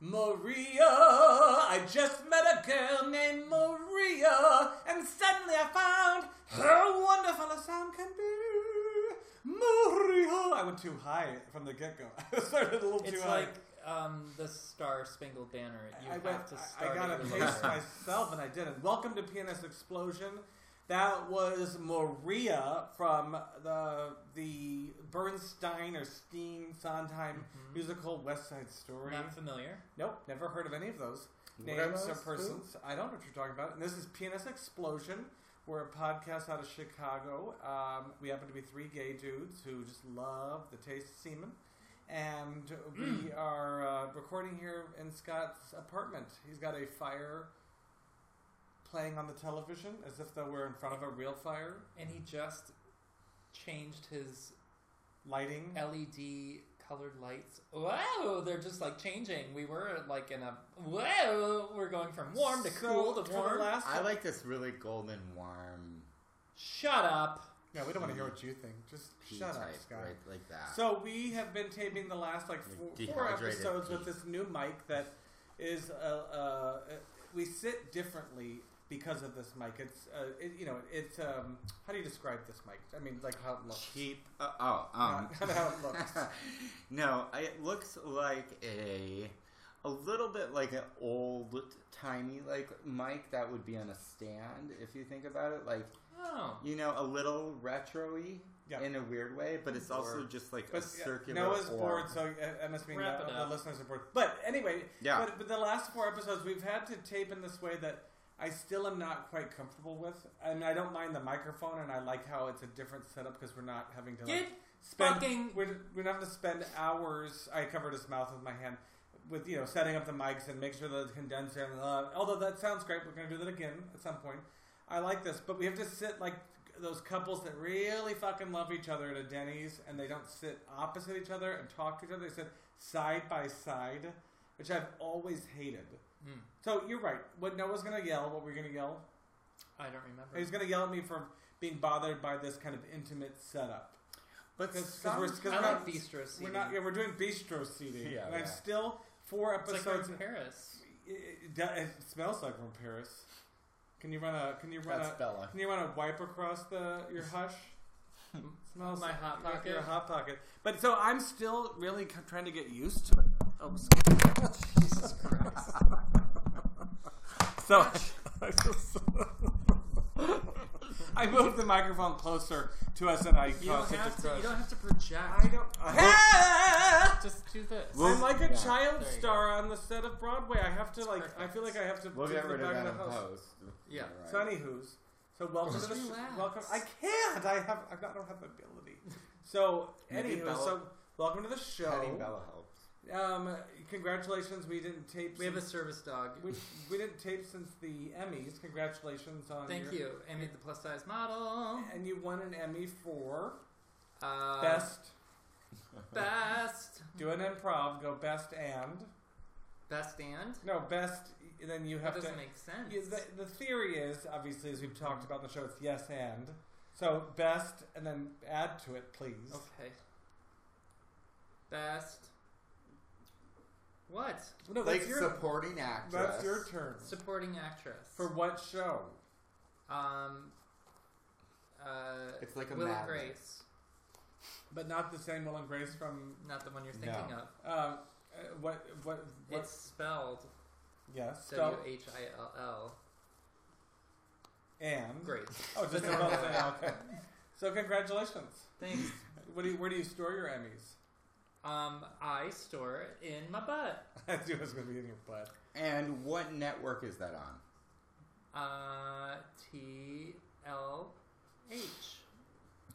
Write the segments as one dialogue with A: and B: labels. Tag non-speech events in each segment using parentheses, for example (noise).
A: Maria, I just met a girl named Maria, and suddenly I found how wonderful a sound can be. Maria, I went too high from the get go. (laughs) I started a little too
B: It's
A: high.
B: like um, the Star Spangled Banner. You
A: uh, I,
B: have
A: went,
B: to
A: I, I
B: start.
A: got
B: it
A: to
B: with
A: pace
B: a- (laughs)
A: (laughs) myself, and I didn't. Welcome to PNS Explosion. That was Maria from the the Bernstein or Steen Sondheim musical West Side Story.
B: Mm-hmm. Not familiar.
A: Nope, never heard of any of those
C: What are
A: names or
C: those?
A: persons. I don't know what you're talking about. And this is PNS Explosion. We're a podcast out of Chicago. Um, we happen to be three gay dudes who just love the taste of semen. And we
B: Hmm.
A: are uh, recording here in Scott's apartment. He's got a fire playing on the television as if though we're in front of a real fire.
B: And he just changed his
A: Lighting.
B: LED colored lights. Wow, they're just like changing. We were like in a wow. We're going from warm to
A: So,
B: cool
A: to
B: to
A: the
B: warm.
A: last-
C: I like this really golden, warm
B: Shut up.
A: yeah, we don't want to hear what you think. Just
C: pea
A: shut
C: type,
A: up, Scott.
C: right? Like that.
A: So we have been taping the last like four, four
C: Dehydrated
A: episodes with
C: pee.
A: this new mic that is uh, uh, we sit differently because of this mic. It's uh, it, you know it's um, how do you describe this mic? I mean like how it looks.
C: cheap. Uh, oh, um.
A: Not how it looks.
C: (laughs) no, it looks like a a little bit like an old tiny like mic that would be on a stand if you think about it like
B: Oh,
C: you know a little retro-y
A: Yeah.
C: in a weird way but it's also
B: Bored.
C: just like
A: But
C: a
A: yeah,
C: circular
A: Noah's
C: orb.
A: bored, so uh, I must mean
B: Wrap
A: the,
B: it
A: the
B: up.
A: listeners are bored. But anyway,
C: Yeah.
A: But, but the last four episodes, we've had to tape in this way that I still am not quite comfortable with, and I don't mind the microphone, and I like how it's a different setup because we're not having to like,
B: get
A: spend
B: fucking-
A: we're, we're not going to spend hours i covered his mouth with my hand with you know setting up the mics and make sure that it's condensed and uh, although that sounds great we're going to do that again at some point i like this but we have to sit like those couples that really fucking love each other at a denny's and they don't sit opposite each other and talk to each other they sit side by side which i've always hated
B: Hmm,
A: so you're right what noah's going to yell what we're going to yell
B: I don't remember.
A: he's going to yell at me for being bothered by this kind of intimate setup
C: but
A: because we're, cause
B: I
A: we're
B: like
A: not,
B: bistro seating.
A: we're not. Yeah, we're doing bistro seating.
C: Yeah,
A: and I'm
C: yeah.
A: still four
B: it's like we're
A: episodes.
B: in
A: (laughs)
B: Paris.
A: it, it- it smells like we're in Paris. Can you run a? Can you run
C: that's
A: a?
C: Bella
A: Can you run a wipe across the your hush? smells
B: My Hot
A: your-
B: Pocket.
A: Your, hot pocket. But so I'm still really c- trying to get used to it. Oh, excuse
B: (laughs) Jesus Christ.
A: so I feel so- I moved the microphone closer to us, and I
B: You don't,
A: caused such a
B: have to, you
A: Oh, crush.
B: don't have to project.
A: I don't. Ah!
B: Just do this.
C: Well-
A: I'm like a
C: Yeah,
A: child
B: there you
A: star on the set of Broadway. I have to like. I
B: perfect.
A: feel like I have to.
C: we'll
A: do
C: get
A: the
C: rid of
A: back
C: that
A: the
C: in
A: house.
C: post
B: Yeah.
C: Right.
A: So, anywho's, so welcome
B: Just
A: to the sh-
B: relax.
A: welcome. I can't. I have. I don't have the ability. So
C: Maybe
A: anywho,
C: Bella-
A: so welcome to the
C: Petting
A: show.
C: Bella helps
A: Um, congratulations. We didn't tape.
B: We have a
A: since-
B: service dog.
A: we, we didn't tape since the Emmys. Congratulations on
B: Thank
A: your-
B: you. Amy, the plus size model.
A: And you won an Emmy for
B: Uh,
A: best.
B: Best.
A: Do an improv. Go best and
B: Best and?
A: no best. And then you
B: That
A: have to.
B: doesn't make sense.
A: Yeah, the, the theory is obviously, as we've talked about in the show, it's yes and. So best, and then add to it, please.
B: Okay. Best. What?
A: No, (laughs)
C: like
A: that's your
C: supporting actress
A: that's your turn.
B: Supporting actress.
A: For what show?
B: um. Uh,
C: It's like a
B: Will and
C: magnet.
B: Grace,
A: But not the same Will and Grace from
B: not the one you're thinking
C: No.
B: of.
A: uh, uh, what what what?
B: It's spelled
A: Yes,
B: W
A: spell
B: H I L L.
A: and
B: Grace.
A: (laughs) Oh, just
B: That's
A: about
B: not
A: saying okay. So congratulations.
B: Thanks.
A: What do you, where do you store your Emmys? (laughs)
B: Um, I store it in my butt.
A: I knew it was going to be in your butt.
C: and what network is that on
B: Uh, T L H.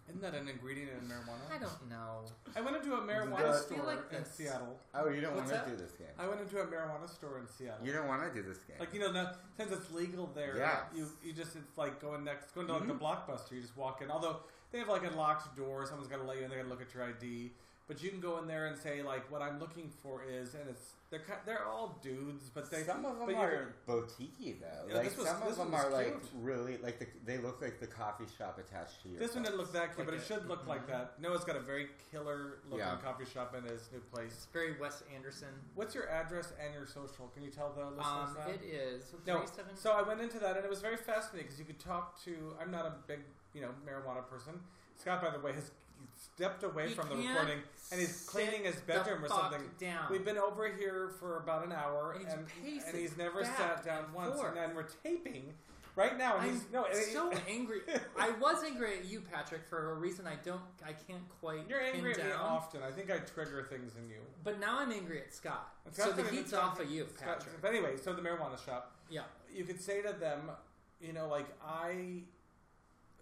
A: Isn't that an ingredient in marijuana?
B: I don't know.
A: I went into a
C: I
A: marijuana
C: just
A: store
B: feel like
A: in
B: this.
A: Seattle.
C: oh you don't
B: What's
C: want to
B: that?
C: do this game
A: I went into a marijuana store in Seattle.
C: you don't want to do this game
A: Like you know, now, since it's legal there,
C: Yes. Mm-hmm.
A: you you just it's like going next, going to like the blockbuster. You just walk in. Although they have like a locked door, someone's got to let you in. They got to look at your ID. But you can go in there and say like, what I'm looking for is, and it's they're ki- they're all dudes, but they
C: some of
A: but
C: them
A: you
C: are boutique though.
A: Yeah,
C: like
A: this was-
C: some
A: this
C: of them
A: one was
C: are like
A: cute.
C: really like the, they look like the coffee shop attached to your.
A: This one
C: place.
A: didn't look that cute,
B: Like
A: but
B: a-
A: it should look like that. Noah's got a very killer looking
C: mm-hmm. Yeah.
A: coffee shop in his new place.
B: It's very Wes Anderson.
A: What's your address and your social? Can you tell the listeners
B: Um,
A: that?
B: it is
A: No,
B: 37
A: So I went into that, and it was very fascinating because you could talk to. I'm not a big, you know, marijuana person. Scott, by the way, has stepped away
B: You
A: from the
B: can't
A: recording and he's
B: sit
A: cleaning his bedroom
B: the
A: or
B: fuck
A: something. (laughs)
B: Down.
A: We've been over here for about an hour,
B: And he's
A: and,
B: pacing
A: and he's never
B: back
A: sat down
B: and
A: once.
B: forth.
A: And then we're taping right now, and
B: I'm
A: he's no. and he-
B: so angry. I was angry at you, Patrick, for a reason I don't. I can't quite.
A: (laughs) you're angry at
B: (laughs) pin
A: me
B: down.
A: often. I think I trigger things in you.
B: But now I'm angry at Scott.
A: And
B: So
A: Scott's
B: the
A: gonna be
B: heat's
A: talking-
B: off of you,
A: Scott-
B: Patrick.
A: But anyway, so the marijuana shop.
B: Yeah.
A: you could say to them, you know, like I,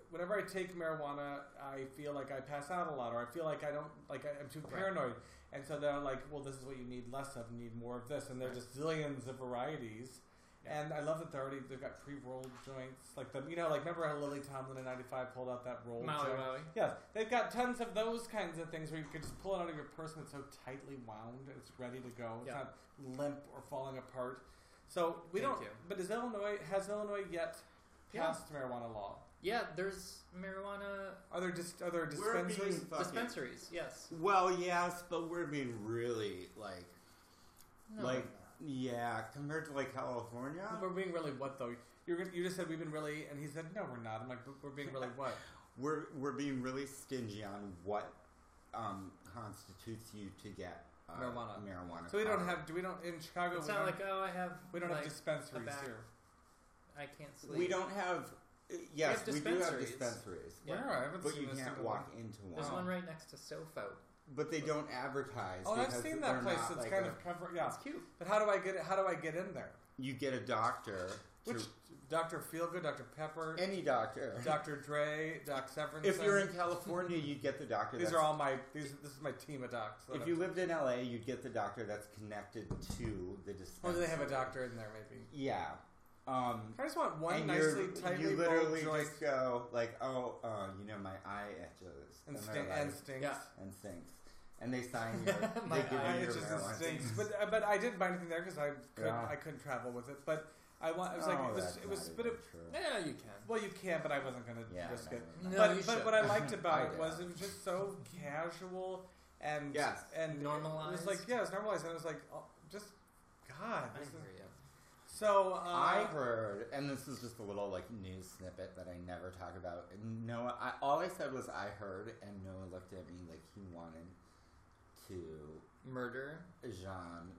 A: whenever I take marijuana, I feel like I pass out a lot, or I feel like I don't, like I, I'm too
B: Right.
A: paranoid. And so they're like, well, this is what you need less of, you need more of this, and there's just zillions of varieties.
B: Yeah.
A: And I love that they're already they've got pre-rolled joints, like the you know, like remember how Lily Tomlin in '95 pulled out that roll?
B: Maui
A: joint?
B: Wowie.
A: Yes, they've got tons of those kinds of things where you could just pull it out of your person. It's so tightly wound, it's ready to go. It's
B: Yeah.
A: not limp or falling apart. So we
B: Thank
A: don't.
B: you.
A: But is Illinois has Illinois yet
B: Yeah.
A: passed marijuana law?
B: Yeah, there's marijuana
A: Are there just are there
C: We're being
A: dispensaries?
C: fucking-
B: dispensaries. Yes.
C: Well, yes, but we're being really like
B: No.
C: like yeah compared to like California.
A: We're being really what though? You're, gonna- you just said we've been really, and he said no, we're not. I'm like, "But we're being really (laughs) what?
C: We're we're being really stingy on what um, constitutes you to get uh,
A: Marijuana.
C: Marijuana.
A: So we don't
C: power.
A: have. Do we don't in Chicago?
B: It's
A: we
B: not
A: don't,
B: like oh, I have.
A: we don't
B: like,
A: have dispensaries
B: back-
A: here.
B: I can't sleep.
C: We don't have. Yes,
B: We
C: we,
B: have
C: do have
B: dispensaries.
C: dispensaries,
B: Yeah.
A: Where? I haven't
C: but
A: seen
C: you
A: a
C: can't
A: single
C: walk into one.
B: There's one right next to Sofo.
C: But they don't advertise.
A: Oh, I've
C: because
A: seen
C: they're
A: that place.
C: not
A: It's
C: like
A: kind
C: a-
A: of cover. Yeah,
B: It's cute.
A: but how do I get? How do I get in there?
C: You get a doctor, to-
A: Which Dr. Feelgood, Dr. Pepper,
C: any doctor.
A: Dr. Dre, Doc Severinsen.
C: (laughs) If you're in California, you get the doctor.
A: these
C: that's,
A: are all my these. This is my team of docs. that
C: If
A: I'm-
C: you lived in LA, you'd get the doctor that's connected to the dispensary.
A: oh, do they have a doctor in there? Maybe.
C: Yeah. Um,
A: I just want one
C: and you're-
A: nicely tightly
C: you
A: rolled
C: literally
A: joint
C: just go like, oh, uh, you know, my eye itches,
A: and,
C: they're
A: stin-
C: like-
A: and stinks.
B: Yeah.
C: and stinks, and they sign
A: (laughs)
C: your,
B: My
C: they give
B: eye
A: I,
C: you
A: it
C: your
A: just
C: marijuana.
A: stinks. But uh, but I didn't buy anything there because I couldn't
C: Yeah.
A: I couldn't travel with it. But I want. It was like
C: Oh,
A: it was
C: that's
A: it was
C: not
A: but it,
C: even
A: (laughs)
C: true.
B: Yeah, you can.
A: well you can but I wasn't gonna
C: Yeah,
A: risk
C: no,
A: it.
C: no,
B: No,
C: no.
B: you
A: but
B: should.
A: but what I
C: (laughs)
A: liked about
C: I
A: it
C: did.
A: was it was just so casual and
C: Yes.
A: and It was
B: Normalized.
A: like yeah, it's normalized, and it was like oh, just God.
B: I
A: This is,
B: hear you.
A: so uh,
C: I heard, and this is just a little like news snippet that I never talk about. And Noah, I, all I said was I heard, and Noah looked at me like he wanted to
B: Murder.
C: Jean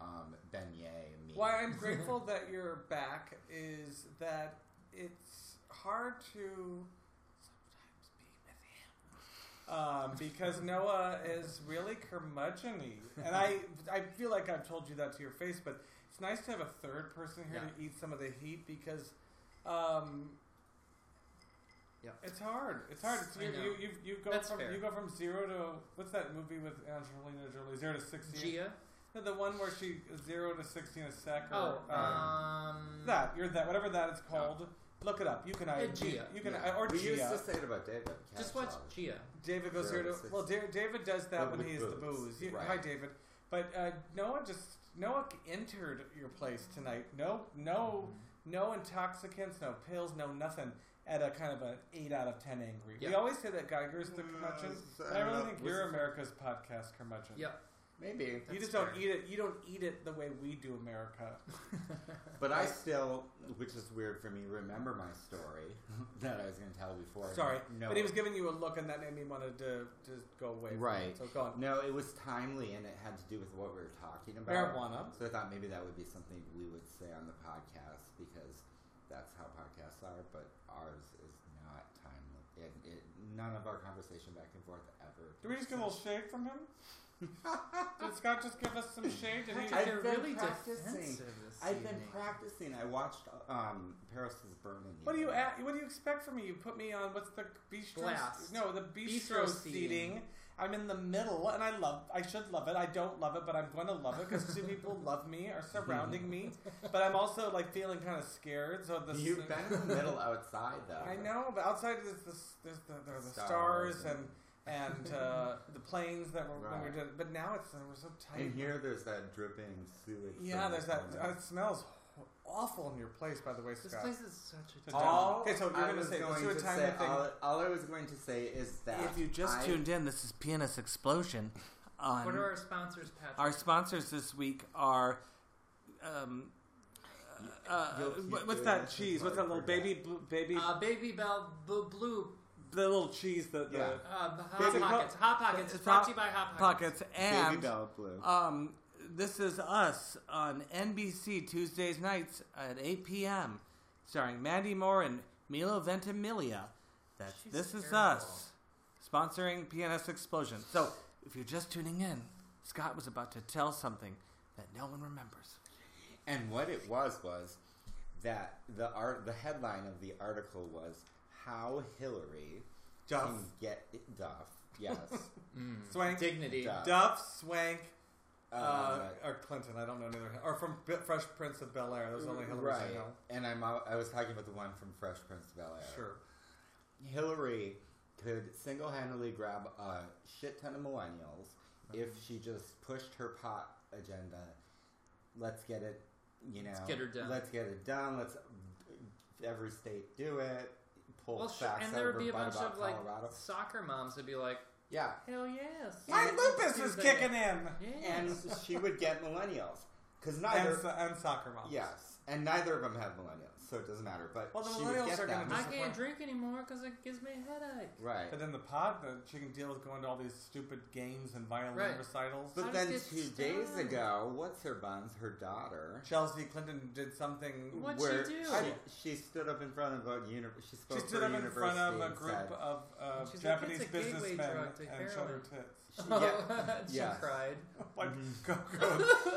C: um, Beignet me.
A: why I'm grateful (laughs) that you're back is that it's hard to sometimes be with him um, because Noah is really curmudgeony, and I I feel like I've told you that to your face, but it's nice to have a third person here to eat some of the heat because. Um,
B: Yeah.
A: It's hard. It's hard. It's,
B: I
A: you,
B: know.
A: you, you, you go
B: That's
A: from
B: fair.
A: you go from zero to what's that movie with Angelina Jolie? Zero to sixty.
B: Gia.
A: No, (laughs) the one where she zero to sixteen a sec or
B: Oh,
A: uh,
B: um, Oh.
A: that you're that whatever that is called. Look it up. You can I
B: Yeah, Gia.
A: you can
C: Yeah.
A: or
C: we used to
A: Gia.
C: say it about David.
B: Just watch
C: Cashel.
B: Gia.
A: David goes
C: Zero
A: here
C: to
A: to
C: six.
A: well. Da- David does that
C: But
A: when
C: with
A: he is the
C: booze,
A: booze. You-
C: right.
A: Hi, David. But uh, Noah just Noah entered your place tonight. No, no, no intoxicants, no pills, no nothing. At a kind of an eight out of ten angry. We
B: Yeah.
A: always say that Geiger's the
C: Uh,
A: curmudgeon. but I really think you're America's podcast curmudgeon.
B: Yeah. (laughs)
C: Maybe.
A: You
B: That's
A: just don't
B: fair.
A: eat it. You don't eat it the way we do America.
C: But I still, which is weird for me, remember my story (laughs) that I was going to tell before.
A: Sorry,
C: no,
A: but he was giving you a look, and that made me wanted to just go away. from
C: Right.
A: it. So go on.
C: no, it was timely, and it had to do with what we were talking about.
A: Marijuana.
C: So I thought maybe that would be something we would say on the podcast because that's how podcasts are. But ours is not timely. It, it, none of our conversation back and forth ever.
A: Did we just get a little shade from him? Did Scott just give us some shade? Did
B: (laughs)
A: he,
C: I've
B: You're
C: been
B: really
C: practicing.
B: defensive this
C: I've been
B: evening.
C: practicing. I watched um, Paris is Burning.
A: what do you
C: yesterday.
A: a- What do you expect from me? You put me on what's the bistro?
B: Blast.
A: No, the bistro,
B: Bistro
A: seating.
B: seating.
A: I'm in the middle, and I love. I should love it. I don't love it, but I'm going to love it because two people love me, are surrounding me. But I'm also like feeling kind of scared. So the (laughs)
C: You've been in the middle outside though.
A: I know, but outside there's the, there's the, there are the stars,
C: Stars
A: and,
C: and-
A: and uh, the planes that were when we
C: Right.
A: did. But now it's we're so tight.
C: And here there's that dripping sewage.
A: yeah,
C: from
A: there's
C: the
A: that.
C: corner.
A: Uh, it smells awful in your place, by the way,
B: This
A: Scott.
B: place is such a
A: It's
B: dump.
A: all-
C: All
A: Okay, so you're
C: I
A: gonna
C: was
A: say- let's
C: going
A: do a
C: to
A: timer
C: say-
A: thing.
C: All, all I was going to say is that
D: If you just
C: I,
D: tuned in, this is Pianist Explosion.
A: Um,
D: On
B: What are our sponsors, Patrick?
D: our sponsors this week are. Um, uh,
C: You'll
A: Wh-
C: keep
A: What's
C: doing
A: that
C: this
A: cheese?
C: until
A: What's
C: I
A: that little
C: forget.
A: baby bl- baby
B: uh, Baby Bell B- Blue
A: the little cheese that the
C: Yeah.
B: uh, Hot
A: Baby Bell-
B: Pockets. Hot Pockets.
D: It's
B: Brought
D: Hot
B: to you by Hot
D: pockets
B: Pockets.
C: Baby
D: and
C: Bell Blue.
D: um, this is us on NBC Tuesdays nights at 8 p.m. starring Mandy Moore and Milo Ventimiglia. That's
B: She's
D: this is
B: terrible.
D: us sponsoring PNS Explosion. So if you're just tuning in, Scott was about to tell something that no one remembers.
C: And what it was was that the art, the headline of the article was how Hillary
A: Duff.
C: can get Duff. Yes,
A: swank
B: Mm. Dignity.
C: Duh.
A: Duff swank. Uh,
C: Uh,
A: or Clinton, I don't know neither. Or from B- Fresh Prince of Bel Air. There's only Hillary
C: right.
A: I know.
C: And I'm al- I was talking about the one from Fresh Prince of Bel Air.
A: Sure.
C: Hillary could single-handedly grab a shit ton of millennials
B: Mm-hmm.
C: if she just pushed her pot agenda. Let's get it, you know.
B: Let's get her done.
C: Let's get it done. Let's every state do it. Pull
B: Well, sure,
C: facts
B: and there would
C: over
B: be a
C: butt
B: bunch
C: about
B: of like
C: Colorado.
B: soccer moms would be like,
C: Yeah,
B: "Hell yes!"
A: My
B: Yeah,
A: lupus
B: let's
A: is
B: do that."
A: kicking in.
B: Yes.
C: and (laughs) she would get millennials because
A: And,
C: neither.
A: so- and soccer moms.
C: yes, and neither of them have millennials, so it doesn't matter. But
A: Well, the
C: she would
A: millennials
C: get
A: are gonna
C: them.
B: I
A: just-
B: can't drink anymore because it gives me a headache.
C: right.
A: But then the pod, the, she can deal with going to all these stupid games and violin
B: Right.
A: recitals.
C: But
B: How
C: then
B: does
C: two
B: this
C: days
B: start?
C: ago, what's her buns? Her daughter.
A: Chelsea Clinton did something.
B: What? What'd
C: where
B: she do?
C: She, she stood up in front of a uni- she
A: She
C: spoke
A: stood
C: for
A: up in
C: university
A: front of a
C: and
A: group
C: said-
A: of uh,
B: She's like,
A: Japanese
B: "It's a gateway
A: businessmen
B: drug to
A: and showed her
B: heroin."
A: (laughs) tits.
C: she-
B: Oh,
C: yeah.
B: (laughs) she
C: Yes. (laughs)
B: cried.
A: Like (laughs) Coco,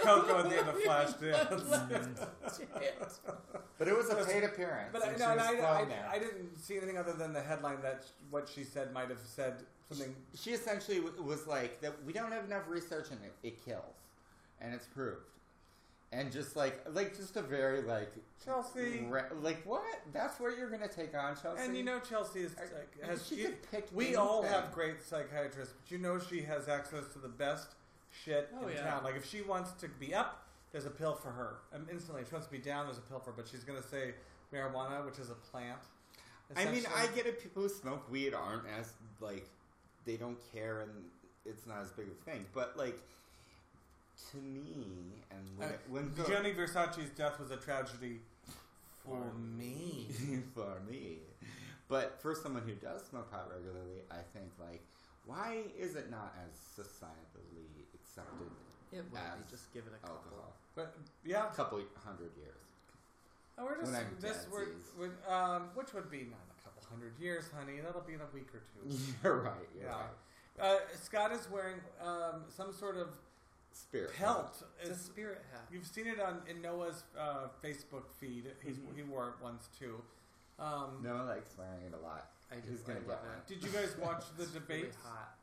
A: Coco and the (laughs) end of Flash dance.
C: But it was a paid appearance.
A: But I,
C: and
A: no,
C: she
A: and
C: was
A: I,
C: thrown
A: I,
C: there.
A: I didn't see anything other than the headline that sh- what she said might have said something.
C: she essentially w- was like that. We don't have enough research and it. It kills, and it's proved. And just like like just a very like
A: Chelsea.
C: ra- like what? That's where you're gonna take on Chelsea.
A: And you know, Chelsea is like
C: I-
A: has
C: she
A: you-
C: could pick
A: We all
C: anything.
A: have great psychiatrists, but you know she has access to the best shit
B: Oh,
A: in
B: yeah.
A: town. Like if she wants to be up, there's a pill for her um, instantly. If she wants to be down, there's a pill for her. But she's gonna say marijuana, which is a plant.
C: I mean, I
A: essentially.
C: get it. People who smoke weed aren't as like they don't care, and it's not as big of a thing. But like to me, and when,
A: Uh,
C: when (laughs)
A: Gianni Versace's death was a tragedy for
C: For
A: me.
C: (laughs) for me, but for someone who does smoke pot regularly, I think like why is it not as societally accepted
B: It would
C: As
B: be. Just give it a couple.
C: alcohol?
A: But yeah,
C: A couple hundred years. (laughs)
A: Oh, we're just,
C: When I'm
A: this
C: dead,
A: we're,
C: Zeus.
A: we're, um, which would be not a couple hundred years, honey. That'll be in a week or
C: (laughs)
A: two.
C: You're right. You're
A: Yeah.
C: right.
A: Uh, Scott is wearing um, some sort of
C: Spirit.
A: pelt.
B: It's a
A: It's-
B: spirit hat.
A: you've seen it on in Noah's uh, Facebook feed. He's,
C: Mhm.
A: He wore it once too. Um,
C: No one likes wearing it a
A: (laughs)
C: lot.
B: I
C: Who's
B: just
C: gonna
B: like
C: get
B: it.
C: one?
A: Did you guys watch
C: (laughs)
A: the
B: It's really
A: debate?
B: hot.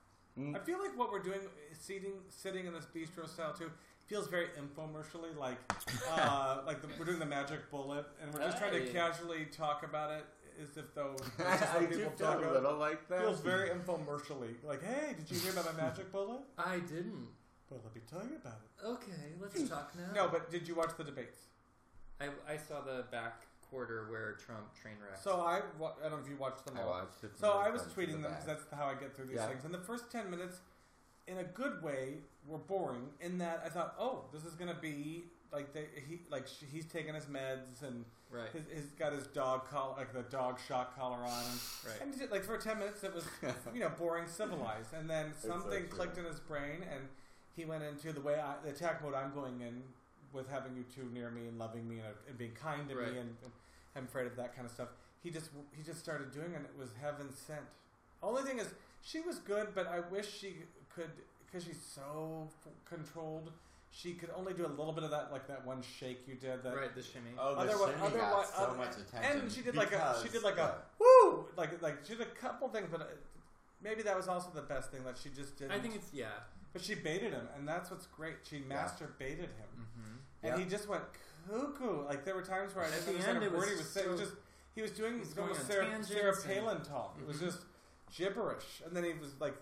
A: I feel like what we're doing, seating, sitting in this bistro style too, feels very infomercially.
C: (laughs)
A: Like, uh, like the, we're doing the magic bullet, and we're just trying to
B: Hey.
A: casually talk about it as if
C: (laughs)
A: though that's just how
C: I do
A: people
C: feel
A: talk
C: a
A: about it.
C: little like that.
A: feels
C: (laughs)
A: very infomercially. Like, hey, did you hear about my magic bullet?
B: I didn't.
A: Well, let me tell you about
B: (laughs)
A: it.
B: Okay,
C: (laughs)
B: let's talk now.
A: No, but did you watch the debates?
B: I, I saw the back quarter where Trump train wrecked.
A: So I, wa- I don't know if you watched them
C: I
A: all.
C: watched it.
A: so
C: from the
A: I was
C: front to
A: tweeting
C: the
A: them because
C: back.
A: that's how I get through these
C: Yeah.
A: things. And the first ten minutes, in a good way, were boring. In that I thought, oh, this is gonna be like they, he like sh he's taking his meds and
B: right,
A: his, he's got his dog collar like the dog shock collar on. And,
B: right.
A: And like for ten minutes, it was (laughs) you know boring, civilized, and then
C: so
A: something
C: true.
A: clicked in his brain, and he went into the way I, the attack mode I'm going in with having you two near me and loving me and, uh, and being kind to
B: Right.
A: me, and, and I'm afraid of that kind of stuff. He just he just started doing, it and it was heaven sent. Only thing is, she was good, but I wish she could because she's so f- controlled. She could only do a little bit of that, like that one shake you did. That
B: right, the shimmy.
C: (laughs) Oh, the
A: Otherwi-
C: shimmy got
A: otherwi-
C: so
A: other-
C: much attention.
A: and she did like a she
C: because-
A: did like a
C: yeah.
A: woo like like she did a couple things, but uh, maybe that was also the best thing that she just did.
B: I think it's, yeah.
A: but she baited him, and that's what's great. She masturbated him,
B: Mm-hmm.
A: and
C: Yeah.
A: he just went cuckoo. Like there were times where I
B: At
A: didn't
B: the
A: understand
B: end,
A: a
B: it was
A: word he was saying. It was
B: so-
A: just he was doing
B: He's going
A: almost
B: on
A: Sarah,
B: tangents
A: Sarah
B: and- Mm-hmm.
A: Palin talk. It was just gibberish, and then he was like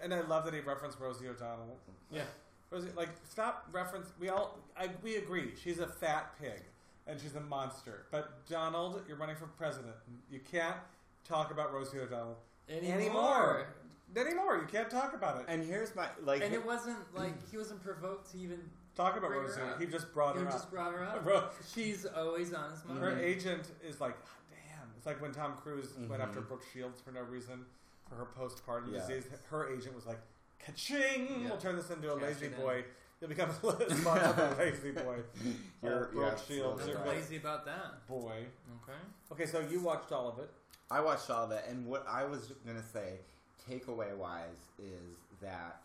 A: and I love that he referenced Rosie O'Donnell.
B: Yeah.
A: Rosie, like, stop reference. We all, I, we agree, she's a fat pig and she's a monster. But Donald, you're running for president. You can't talk about Rosie O'Donnell
B: anymore.
A: Anymore, you can't talk about (laughs) it.
C: And here's my like.
A: (laughs)
B: And it wasn't like he wasn't provoked to even.
A: Talk about
B: Bring her
A: Rosie.
B: up.
A: He just brought
B: He
A: her
B: just
A: up.
B: brought
A: (laughs)
B: her up.
A: Bro,
B: She's always on his mind.
A: her
C: Mm-hmm.
A: agent is like, "Ah, damn. It's like when Tom Cruise
C: Mhm.
A: went after Brooke Shields for no reason for her postpartum
C: Yeah.
A: disease. Her agent was like, ka-ching!
B: Yeah.
A: We'll turn this into a
B: Cash
A: lazy
B: it in.
A: boy. You'll become a (laughs)
C: (laughs)
A: responsible lazy boy.
C: You're-
A: Brooke
C: yeah,
A: Shields,
C: absolutely
A: you're
B: They're
C: right.
B: lazy about that.
A: Boy.
B: Okay.
A: Okay, so you watched all of it.
C: I watched all of it, and what I was gonna say, takeaway wise, is that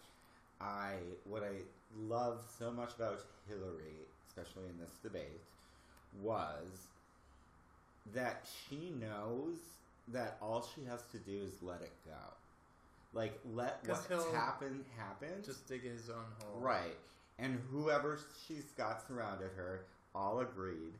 C: I what I love so much about Hillary, especially in this debate, was that she knows that all she has to do is let it go, like let
B: 'Cause
C: what's
B: he'll
C: happened happen,
B: Just dig his own hole.
C: Right. And whoever she's got surrounded her all agreed.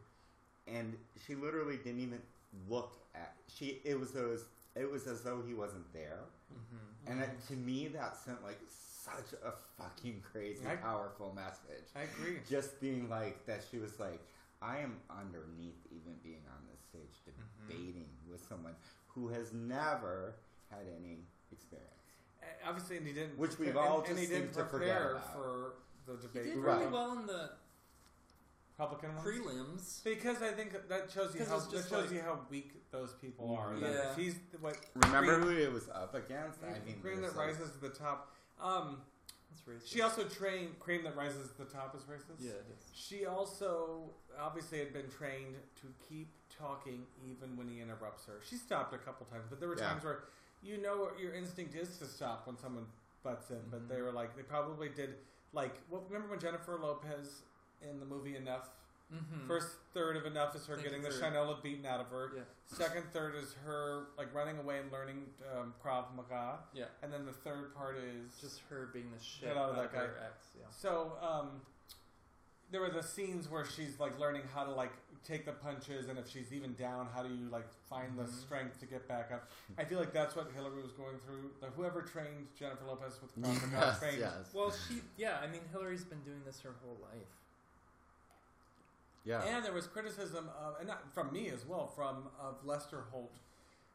C: And she literally didn't even look at she it was as it was as though he wasn't there.
B: Mm-hmm.
C: And it, to me that sent like such a fucking crazy
A: I-
C: powerful message.
A: I agree.
C: Just being like that she was like, I am underneath even being on this stage
A: Mm-hmm.
C: debating with someone who has never had any experience.
A: Obviously, and he didn't.
C: Which we've
A: and-
C: all
A: and he
C: just
A: didn't
C: seem to forget
A: prepare
C: about.
A: for the
B: He
A: debate.
B: did really
C: Right.
B: well in the
A: Republican ones?
B: prelims.
A: Because I think that shows you
B: 'Cause
A: how
B: it's
A: that
B: just
A: shows
B: like-
A: you how weak those people are.
B: Yeah.
A: That he's what
C: Remember
A: green,
C: who it was up against? I mean
A: Cream
C: there's,
A: that
C: like-
A: rises to the top. Um,
B: That's racist.
A: she also trained Cream that rises to the top is racist.
B: Yeah, it is.
A: She also obviously had been trained to keep talking even when he interrupts her. She stopped a couple times, but there were
C: Yeah.
A: times where you know what your instinct is to stop when someone butts in. But
B: Mm-hmm.
A: they were like they probably did like well, remember when Jennifer Lopez in the movie Enough
B: Mm-hmm.
A: First third of enough is her
B: Second
A: getting the
B: third.
A: Shinola beaten out of her.
B: Yeah.
A: Second third is her like running away and learning um, Krav Maga.
B: Yeah.
A: And then the third part is
B: Just her being the shit
A: Get out of that guy.
B: her ex. Yeah.
A: so. Um, there were the scenes where she's like learning how to like take the punches, and if she's even down, how do you like find the
C: Mm-hmm.
B: Mhm.
A: strength to get back up? I feel like that's what Hillary was going through. Like, whoever trained Jennifer Lopez with Krav Maga trained
B: Well, she, yeah, I mean, Hillary's been doing this her whole life.
C: yeah.
A: And there was criticism of, and not from me as well, from of Lester Holt.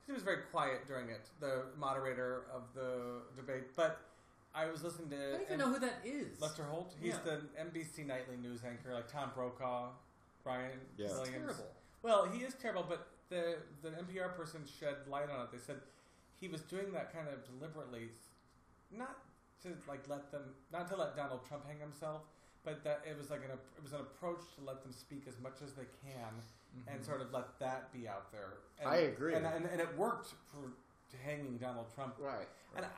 A: He was very quiet during it, the moderator of the debate. But I was listening to
B: I don't even
A: Uh, and
B: know who that is.
A: Lester Holt. He's
B: Yeah.
A: the NBC nightly news anchor, like Tom Brokaw, Brian
C: Yeah.
B: It's
A: Williams.
B: terrible.
A: Well, he is terrible, but the the NPR person shed light on it. They said he was doing that kind of deliberately, not to like let them, not to let Donald Trump hang himself, but that it was like an ap- it was an approach to let them speak as much as they can
B: Mm-hmm.
A: and sort of let that be out there. And,
C: Mm-hmm. I agree.
A: and, and and it worked for hanging Donald Trump.
C: right.
A: And uh,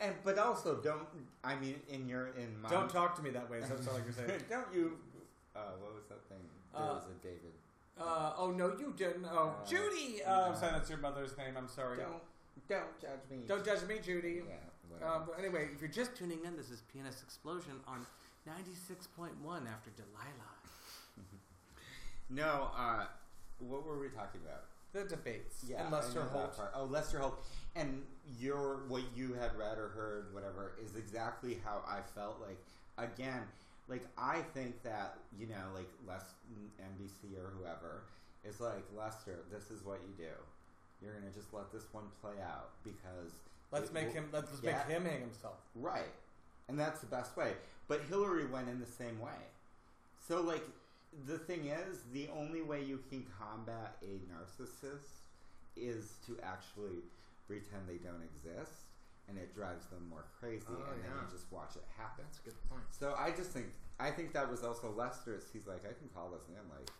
A: I,
C: And but also don't. I mean, in your in my
A: don't talk to me that way. So that's all I can
C: (laughs)
A: say.
C: don't you? Uh, what was that thing? There
A: Uh,
C: was a David.
A: Uh, oh no, you didn't. Oh,
C: Uh,
A: Judy. Uh, I'm sorry, that's your mother's name. I'm sorry. Don't,
C: Don't don't judge me.
A: judge me, Judy.
C: Yeah, whatever.
A: Um, but anyway, if
D: Uh, If you're just tuning in, this is Pianist Explosion on 96.1 after Delilah.
C: no. Uh, what were we talking about?
A: The debates.
C: Yeah,
A: and
C: I
A: Lester
C: know that
A: Holt.
C: part. Oh, Lester Holt. And your what you had read or heard, whatever, is exactly how I felt. Like again, like I think that you know, like Les NBC or whoever is like Lester. This is what you do. You're gonna just let this one play out because
A: Let's
C: it
A: make
C: will-
A: him. Let's just
C: Yeah.
A: make him hang himself.
C: right, and that's the best way. But Hillary went in the same way. So like the thing is, the only way you can combat a narcissist is to actually pretend they don't exist, and it drives them more crazy,
B: Oh,
C: and then
B: yeah.
C: you just watch it happen.
B: That's a good point.
C: So I just think I think that was also Lester's. He's like, I can call this man like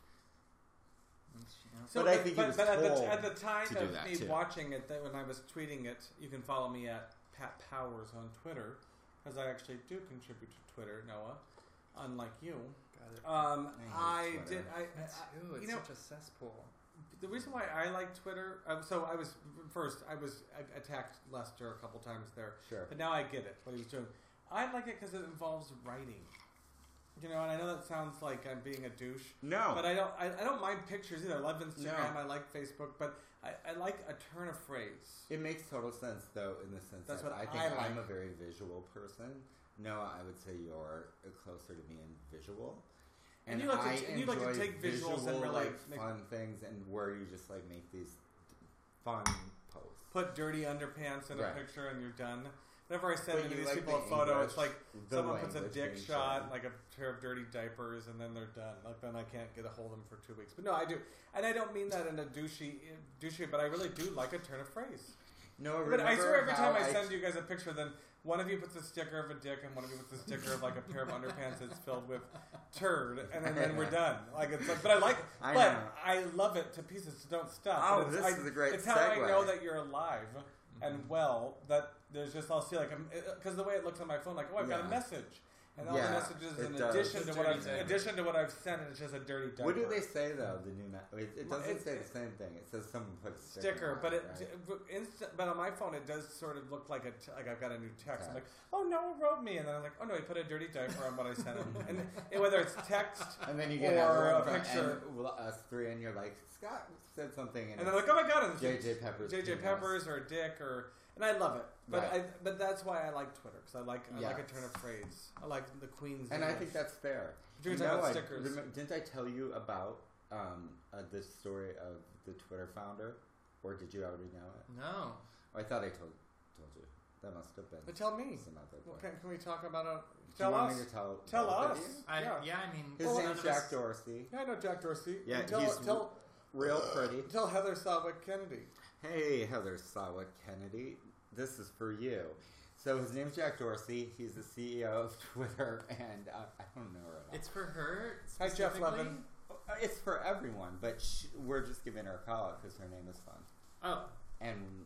A: So,
B: oh,
C: But I think he
A: but,
C: was
A: but at,
C: told
A: the, at the time
C: to do
A: of
C: that,
A: me
C: too.
A: watching it, that when I was tweeting it, you can follow me at Pat Powers on Twitter, because I actually do contribute to Twitter, Noah, unlike you.
B: Got it.
A: Um,
C: I
A: I
C: hate Twitter.
A: did. I,
B: Me
A: I,
B: too. It's
A: know-
B: such a cesspool.
A: the reason why I like Twitter, uh, so I was first. I was I attacked Lester a couple times there,
C: sure.
A: but now I get it what he was doing. I like it because it involves writing. You know, and I know that sounds like I'm being a douche,
C: No.
A: but I don't. I, I don't mind pictures either. I love Instagram.
C: No.
A: I like Facebook, but I, I like a turn of phrase.
C: It makes total sense, though, in the sense
A: That's
C: that
A: what
C: I think
A: I
C: I'm a
A: like.
C: very visual person. Noah, I would say you're closer to me in visual.
A: And you like to-
C: I
A: and you like to
C: enjoy
A: take visuals and
C: visual,
A: really
C: like,
A: make-
C: fun things, and where you just like make these fun posts.
A: Put dirty underpants in
C: Right.
A: a picture and you're done. Whenever I send
C: But
A: any of
C: you
A: these
C: like
A: people
C: the
A: a photo,
C: English-
A: it's like
C: the
A: someone puts a
C: language
A: dick
C: being
A: shot,
C: shown.
A: like a pair of dirty diapers, and then they're done. Like then I can't get a hold of them for two weeks. But no, I do, and I don't mean that in a douchey, douchey. But I really do like a turn of phrase.
C: Noah,
A: But I
C: remember
A: swear every
C: how
A: time I
C: I
A: send you guys a picture, then one of you puts a sticker of a dick and one of you puts a sticker of like a pair of underpants that's filled with turd, and
C: (laughs)
A: then, then we're done. Like it's like, but I like,
C: I
A: but
C: know.
A: I love it to pieces. So don't stop.
C: Oh,
A: But it's,
C: this
A: I,
C: is a great
A: It's how
C: segue.
A: I know that you're alive
B: Mm-hmm.
A: and well. That there's just I'll see like because the way it looks on my phone, like oh I've got
C: Yeah.
A: a message, and all
C: Yeah,
A: the messages
C: it
A: in
C: does.
A: addition
B: It's
A: to
B: a
A: what
B: dirty
A: I've
B: diaper.
A: addition to what I've sent, and it's just a dirty diaper.
C: What do they say though? The new ma- it, it
A: Well,
C: doesn't
A: it's-
C: say the same thing. It says someone put a sticker,
A: sticker,
C: on
A: but it,
C: right?
A: but insta- but on my phone it does sort of look like a t- like I've got a new text. I'm like,
C: Text.
A: oh no, it wrote me, and then I'm like, oh no, he put a dirty diaper on what I sent him, and it- whether it's
C: (laughs)
A: text
C: and then you get
A: or
C: everyone
A: a
C: from-
A: picture.
C: and, well, us three, and you're like Scott said something, and,
A: and they're
C: it's
A: like, oh my god, and it's
C: JJ Peppers,
A: JJ
C: penis.
A: Peppers or a dick or, and I love it, but
C: Right.
A: I, but that's why I like Twitter because I like I like
C: Yes.
A: a turn of phrase. I like the Queen's,
C: And I
A: English.
C: think that's fair.
A: Dude, I got
C: I-
A: stickers.
C: remem- didn't I tell you about um, uh, the story of the Twitter founder? Or did you already know it?
B: No.
C: Oh, I thought I told told you. That must have been
A: But tell me,
C: some other
A: Well,
C: point.
A: can, can we talk about it?
C: Do you
A: Tell
C: want
A: us.
C: me to tell
A: Tell
C: both of
A: us.
C: you?
B: I, yeah.
A: Yeah.
B: I mean,
C: His
A: Well,
B: none
C: name's
B: of us-
C: Jack Dorsey.
A: yeah, I know Jack Dorsey.
C: Yeah,
A: And tell,
C: he's-
A: tell
C: Real
A: (laughs)
C: pretty.
A: tell Heather Salwick Kennedy.
C: Hey, Heather Sawa Kennedy. This is for you. So his name's Jack Dorsey. He's the CEO of (laughs) Twitter, and uh, I don't know her at all.
B: It's for her.
A: Hi, Jeff
B: specifically?
A: Levin.
C: Uh, It's for everyone, but sh- we're just giving her a call out because her name is fun,
B: Oh,
C: and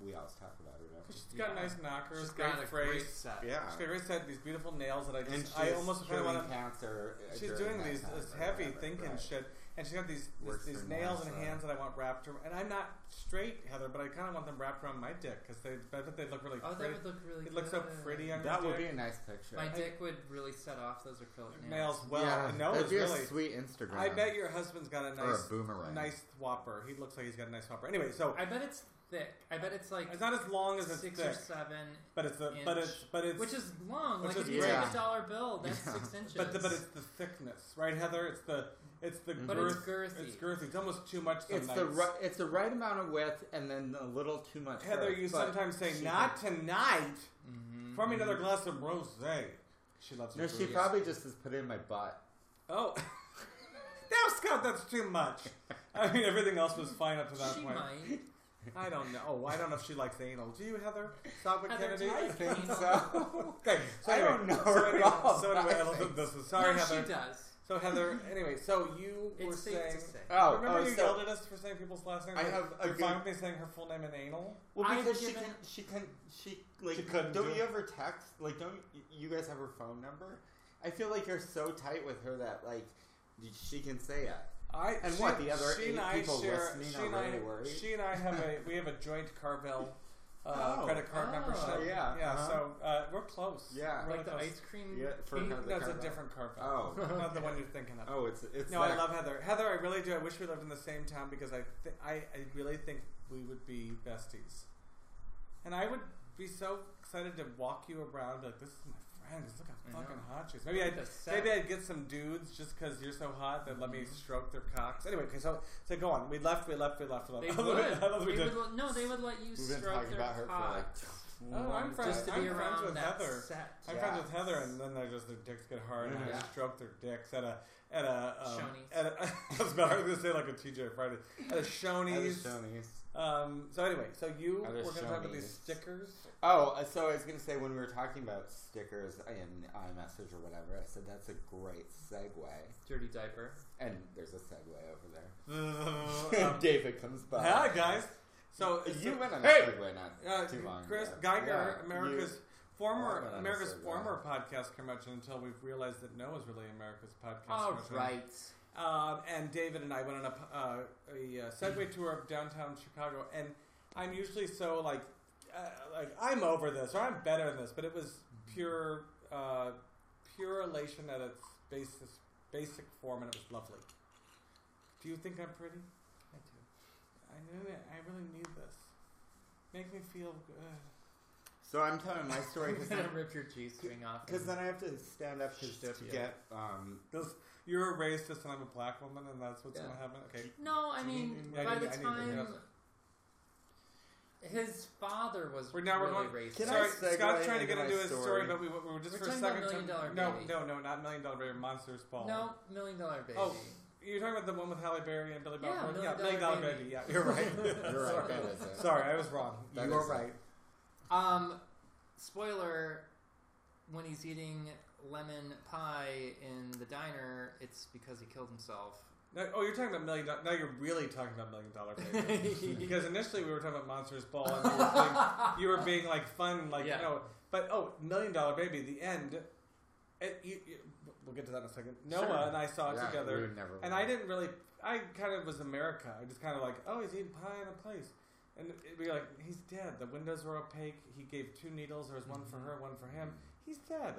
C: we always talk about her. don't we?
A: She's got
B: Yeah.
A: nice knockers,
B: she's
A: great
B: got a
A: phrase.
B: great set.
C: Yeah,
A: She's got great set, these beautiful nails that I
C: and
A: just,
C: she's
A: I almost
C: curing
A: really want to.
C: cancer. uh,
A: She's
C: during
A: doing
C: that
A: these
C: time
A: this
C: or
A: heavy
C: whatever,
A: thinking
C: right.
A: shit, and she's got these
C: Works
A: these,
C: for
A: these nails and
C: NASA.
A: hands that I want wrapped around. And I'm not straight, Heather, but I kind of want them wrapped around my dick because they, I bet they look really
B: Oh, that
A: pretty.
B: would look really.
A: It looks so
B: good.
A: pretty on
C: That
A: your
C: would be
A: dick.
C: a nice picture.
B: My dick would really set off those acrylic nails.
A: nails well.
C: yeah,
A: no,
C: that'd
A: it's
C: be
A: really.
C: a sweet Instagram.
A: I bet your husband's got a
C: or
A: nice
C: a boomerang.
A: nice whopper. He looks like he's got a nice whopper. Anyway, so
B: I bet it's thick. I bet it's like
A: it's not as long as it's
B: six
A: thick,
B: or seven
A: but it's a, but
B: inch,
A: it's but it's
B: Which is long.
A: Which
B: like
A: is
B: if you
C: great.
B: take a dollar bill, that's
C: Yeah.
B: six inches.
A: But the, but it's the thickness, right, Heather? It's the it's the
C: Mhm.
B: But
A: girth.
B: it's girthy.
A: It's girthy. It's almost too much.
C: It's
A: sometimes.
C: the right, it's the right amount of width, and then a little too much.
A: Heather.
C: girth,
A: You
C: but
A: sometimes say
C: she
A: not tonight.
B: Mhm.
A: Pour me another glass of rosé. She loves.
C: No,
A: her
C: she
A: boobies.
C: probably just has put it in
A: (laughs)
C: my butt.
A: Oh, now Scott, that's too much. I mean, everything else was fine up to that
B: She
A: point. (laughs)
B: might.
A: I don't know. Oh, I don't know if she likes anal. Do you, Heather? Stop with
B: Heather, do
A: Kennedy.
B: you
C: I
A: (laughs)
B: like
C: think
B: anal?
C: so.
A: Okay, so
C: I
A: anyway,
C: don't know
A: so
C: her at
A: anyway,
C: all,
A: So
C: but
A: anyway,
C: I
A: I don't
C: think-
A: think this
C: (laughs)
A: is sorry,
B: no,
A: Heather.
B: she does.
A: So
B: (laughs)
A: Heather, anyway, so you were
B: It's safe
A: saying. Ah.
B: to say.
C: Oh,
A: Remember
C: oh,
A: you
C: so-
A: yelled at us for saying people's last name?
C: I have a
A: You're
C: good-
A: fine with me saying her full name in anal?
C: Well,
B: I've
C: because she
B: given-
C: can, she can, she like.
A: She couldn't
C: don't
A: do
C: you
A: it.
C: ever text? Like, don't y- you guys have her phone number? I feel like you're so tight with her that like y- she can say it.
A: I
C: And
A: she,
C: what, the other
A: she
C: eight
A: and I
C: people
A: share,
C: listening
A: she
C: are
A: and I-
C: really worried?
A: She and I have a we have a joint Carvel uh,
C: Oh.
A: credit card
B: Oh.
A: membership.
C: Yeah,
A: yeah.
C: uh-huh.
A: So uh, we're close.
C: Yeah.
A: We're
B: Like the
A: really
B: ice cream.
C: Yeah, for
B: cake?
C: her the
A: close. That's
C: Carvel.
A: a different Carvel.
C: Oh,
A: (laughs) Not the one you're thinking of.
C: oh, it's it's.
A: no,
C: that.
A: I love Heather. Heather, I really do. I wish we lived in the same town because I th- I, I really think we would be besties, and I would be so excited to walk you around, and be like, "This is my friend. Look
B: I
A: how fucking
B: know.
A: hot she is." Maybe I'd
B: The set.
A: Maybe I'd get some dudes just because you're so hot that let me
B: Mm-hmm.
A: stroke their cocks. Anyway, okay, so so go on. We left, we left, we left, we
B: They
A: left.
B: would.
A: (laughs) I love we
B: they
A: did.
B: would let- no, they would let you
C: We've been
B: stroke
C: talking
B: their
C: about her
B: cock
C: (laughs) for like.
A: Oh, I'm
C: one
A: friends-
B: just to
C: day.
A: I'm
B: be
A: friends
B: around
A: with
B: that
A: Heather.
B: set.
A: I'm
C: Yeah.
A: friends with Heather, and then they just their dicks get hard, and I
C: Yeah.
A: just stroke their dicks at a at a. Um,
B: Shoney's.
A: at a (laughs) I was about I was gonna say like a TJ Friday at a Shoney's.
C: At a Shoney's.
A: Um, so anyway, so you
C: At a
A: were gonna talk about
C: Shoney's.
A: these stickers.
C: (laughs)
A: (laughs)
C: Oh, uh, so I was going to say when we were talking about stickers and iMessage or whatever, I said that's a great segue.
B: Dirty diaper.
C: And there's a segue over there. (laughs)
A: um,
C: David comes by.
A: hi guys. So
C: You
A: so-
C: went on
A: Hey!
C: a segue not
A: Uh,
C: too long
A: Chris
C: ago.
A: Geiger,
C: Yeah,
A: America's
C: you- Oh, I
A: former
C: don't
A: America's
C: understand
A: former podcast convention until we've realized that Noah's really America's
C: Oh,
A: podcast.
B: All
A: convention.
B: Oh, right.
A: Um, and David and I went on a, p- uh, a uh, subway tour of downtown Chicago, and I'm usually so like, uh, like I'm over this or I'm better than this, but it was pure, uh, pure elation at its basis, basic form, and it was lovely. Do you think I'm pretty?
B: I do.
A: I knew it. I really need this. Make me feel good.
C: So I'm telling my story
A: (laughs)
B: I'm
C: because
B: gonna
C: then,
B: rip your G string off.
C: 'cause
B: and-
C: then I have to stand up 'cause
B: Shit,
C: to
B: yeah.
C: get um,
A: (laughs)
C: (laughs)
A: This, you're a racist, and I'm a black woman, and that's what's
C: Yeah.
A: gonna happen. Okay.
B: No, I
C: Do you
B: mean
C: need-
A: I
B: by
A: need-
B: the
A: I need to
B: time
A: adjust
B: his father was
A: We're now we're
B: really
A: going.
B: racist.
C: Can
A: Sorry,
C: I segue
A: Scott's trying to
C: into
A: get
C: my
A: into his story,
C: story?
A: but we, we were just
B: We're
A: for a
B: talking
A: second.
B: about Million Dollar
A: no,
B: Baby.
A: no, no, not Million Dollar Baby. Monsters Ball.
B: No, Million Dollar Baby.
A: Oh, You're talking about the one with Halle Berry and Billy
B: Yeah,
A: Bob Thornton?
B: Million
A: yeah, Million
B: Dollar
A: Dollar
B: Baby.
A: Baby. Yeah, you're right.
C: (laughs)
A: (laughs)
C: You're right.
B: Sorry.
C: That is it.
A: Sorry, I was wrong.
C: That
A: you were
C: is-
A: right.
B: Um, spoiler: when he's eating lemon pie in the diner, it's because he killed himself.
A: No, oh, you're talking about million. Do- now you're really talking about million dollar baby.
B: (laughs) yeah,
A: because initially we were talking about monsters ball, and you were being, you were being like fun, like
B: Yeah.
A: no. But oh, million dollar baby. The end. It, you, you, we'll get to that in a second.
B: Sure.
A: Noah and I saw it
C: Yeah, we
A: uh, together,
C: would never
A: and
C: want-
A: I didn't really. I kind of was America. I just kind of like, oh, he's eating pie in a place. And it'd be like, he's dead. The windows were opaque. He gave two needles. There was one
B: Mm-hmm.
A: for her, one for him. He's dead.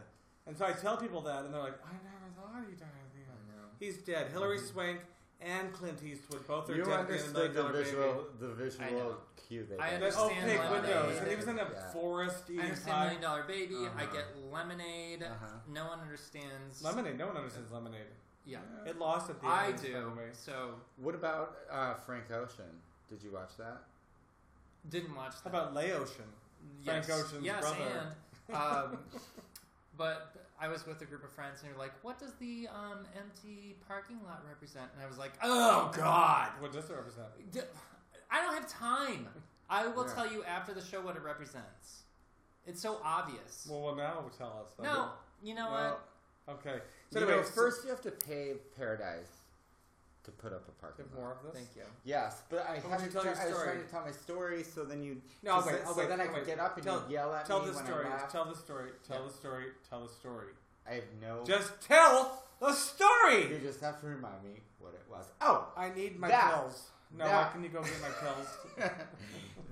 A: And so I tell people that, and they're like, I never thought he died at the end. He's dead. Hillary
B: Mm-hmm.
A: Swank and Clint Eastwood both are
C: You
A: dead. in
C: understood the
A: Million Dollar
C: visual,
A: Baby.
C: the visual
B: know.
C: cue they
B: I
C: gave.
A: That
B: understand
A: opaque
B: why
A: windows,
B: they-
A: and he was in a
C: Yeah.
A: forest
B: I
A: eating
B: understand
A: pie.
B: Million Dollar Baby. I
C: Uh-huh.
B: get Lemonade.
C: Uh-huh.
B: No one understands.
A: Lemonade. No one understands lemonade.
B: Yeah,
A: It lost at the
B: I
A: end. by the
B: do.
A: way.
B: So
C: What about uh, Frank Ocean? Did you watch that?
B: didn't watch
A: How
B: that.
A: about Lay Ocean?
B: (laughs)
A: Frank
B: yes.
A: Ocean's
B: yes,
A: brother. (laughs)
B: and um, but I was with a group of friends and they were like, "What does the um, empty parking lot represent?" And I was like, "Oh God,
A: What does it represent?
B: D- I don't have time. I will
C: Yeah.
B: tell you after the show what it represents. It's so obvious.
A: Well, well, now tell us.
B: no, you know
A: Well,
B: what?
A: Okay. So
C: So
A: anyway,
C: first you have to pay Paradise to put up a
A: so-
C: parking
A: Give
C: lot.
A: more of this.
B: Thank you.
C: Yes, but
A: Why
C: I have
A: don't
C: to
A: you tell
C: tell
A: your
C: I was
A: story?
C: trying to tell my story, so then you.
A: No, I'll
C: so,
A: wait, I'll
C: so
A: wait,
C: then I
A: I'll
C: could
A: wait.
C: get up and
A: Tell-
C: you'd yell at
A: Tell
C: me
A: the
C: when
A: story.
C: I laughed.
A: Tell the story. Tell
B: Yeah.
A: the story. Tell the story.
C: I have no.
A: Just tell the
C: you
A: story.
C: just have to remind me what it was. Oh,
A: I need my
C: That-
A: pills. No,
C: that-
A: I can you go get my pills?
C: (laughs)
A: (laughs)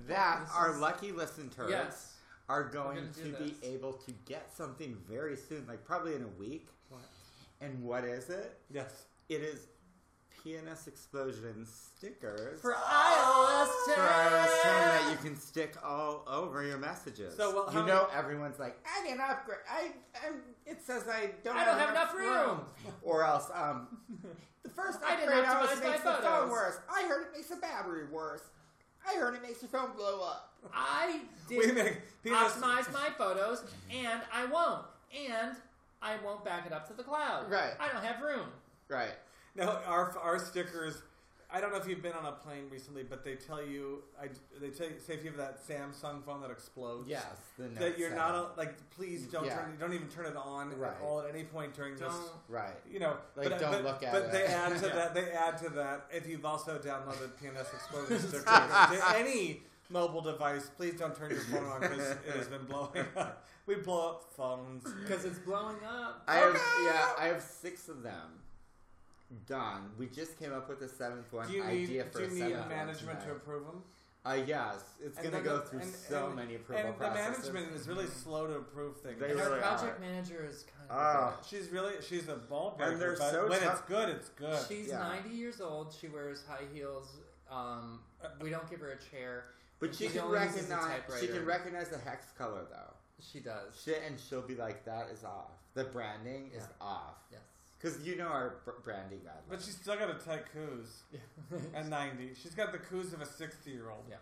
C: that
B: This
C: our
B: is-
C: lucky listeners
B: Yes.
C: are going
B: gonna
C: to
B: do
C: be
B: this.
C: able to get something very soon, like probably in a week.
A: What?
C: And what is it?
A: Yes.
C: It is PNS Explosion stickers.
B: For iOS
C: For iOS 10 that
B: 10.
C: you can stick all over your messages.
A: So, well,
C: you
A: how
C: know everyone's like, I didn't upgrade. I, I it says I don't.
B: I don't have enough room.
C: Or else,
A: (laughs)
C: um, the first
B: I didn't
C: upgrade always
B: optimize my
C: makes the phone
B: photos.
C: worse. I heard it makes the battery worse. I heard it makes your phone blow up.
B: I
A: Wait a
B: did
A: minute. Penis.
B: optimize
C: (laughs)
B: my photos, and I won't. And I won't back it up to the cloud.
C: Right.
B: I don't have room.
C: Right.
A: No, our our stickers. I don't know if you've been on a plane recently, but they tell you, I, they tell you, say if you have that Samsung phone that explodes,
C: Yes. The
A: that you're
C: Note
A: not
C: 7.
A: a, like, please don't
C: Yeah.
A: turn, don't even turn it on
C: Right.
A: at all at any point during
B: Don't.
A: this.
C: Right.
A: You know,
C: Like,
A: but,
C: don't
A: but,
C: look at
A: but
C: it.
A: they add
C: (laughs)
A: to
B: Yeah.
A: that. They add to that. If you've also downloaded PNS
C: (laughs)
A: Explosion stickers to any mobile device, please don't turn your phone on because it has been blowing up. We blow up phones.
B: Because it's blowing up.
C: I have yeah, I have six of them done. We just came up with a seventh (laughs) one
A: Do you need,
C: idea for
A: do
C: a
A: you need
C: seventh
A: management to
C: one
A: approve them?
C: tonight. Uh, yes, it's
A: And
C: gonna
A: then
C: go
A: the-
C: through
A: and-
C: so
A: and-
C: many approval
A: and
C: processes.
A: the management is really slow to approve things.
C: Mm-hmm. They
B: And our
C: really
B: project
C: are.
B: manager is kind
C: Ah.
B: of. rubbish.
A: she's really she's a ball breaker,
C: And they're
A: but
C: so
A: when
C: tough-
A: it's good, it's good.
B: She's
C: Yeah.
B: 90 years old. She wears high heels. Um, we don't give her a chair.
C: but she
B: She
C: can
B: only uses a
C: recognize she
B: typewriter.
C: can recognize the hex color though.
B: She does.
C: Shit, and she'll be like, "That is off. The branding is off." (laughs)
B: Yes.
C: Because you know our br- branding guidelines.
A: but she's still got a tight coos at ninety. She's got the coos of a sixty year old.
B: Yeah.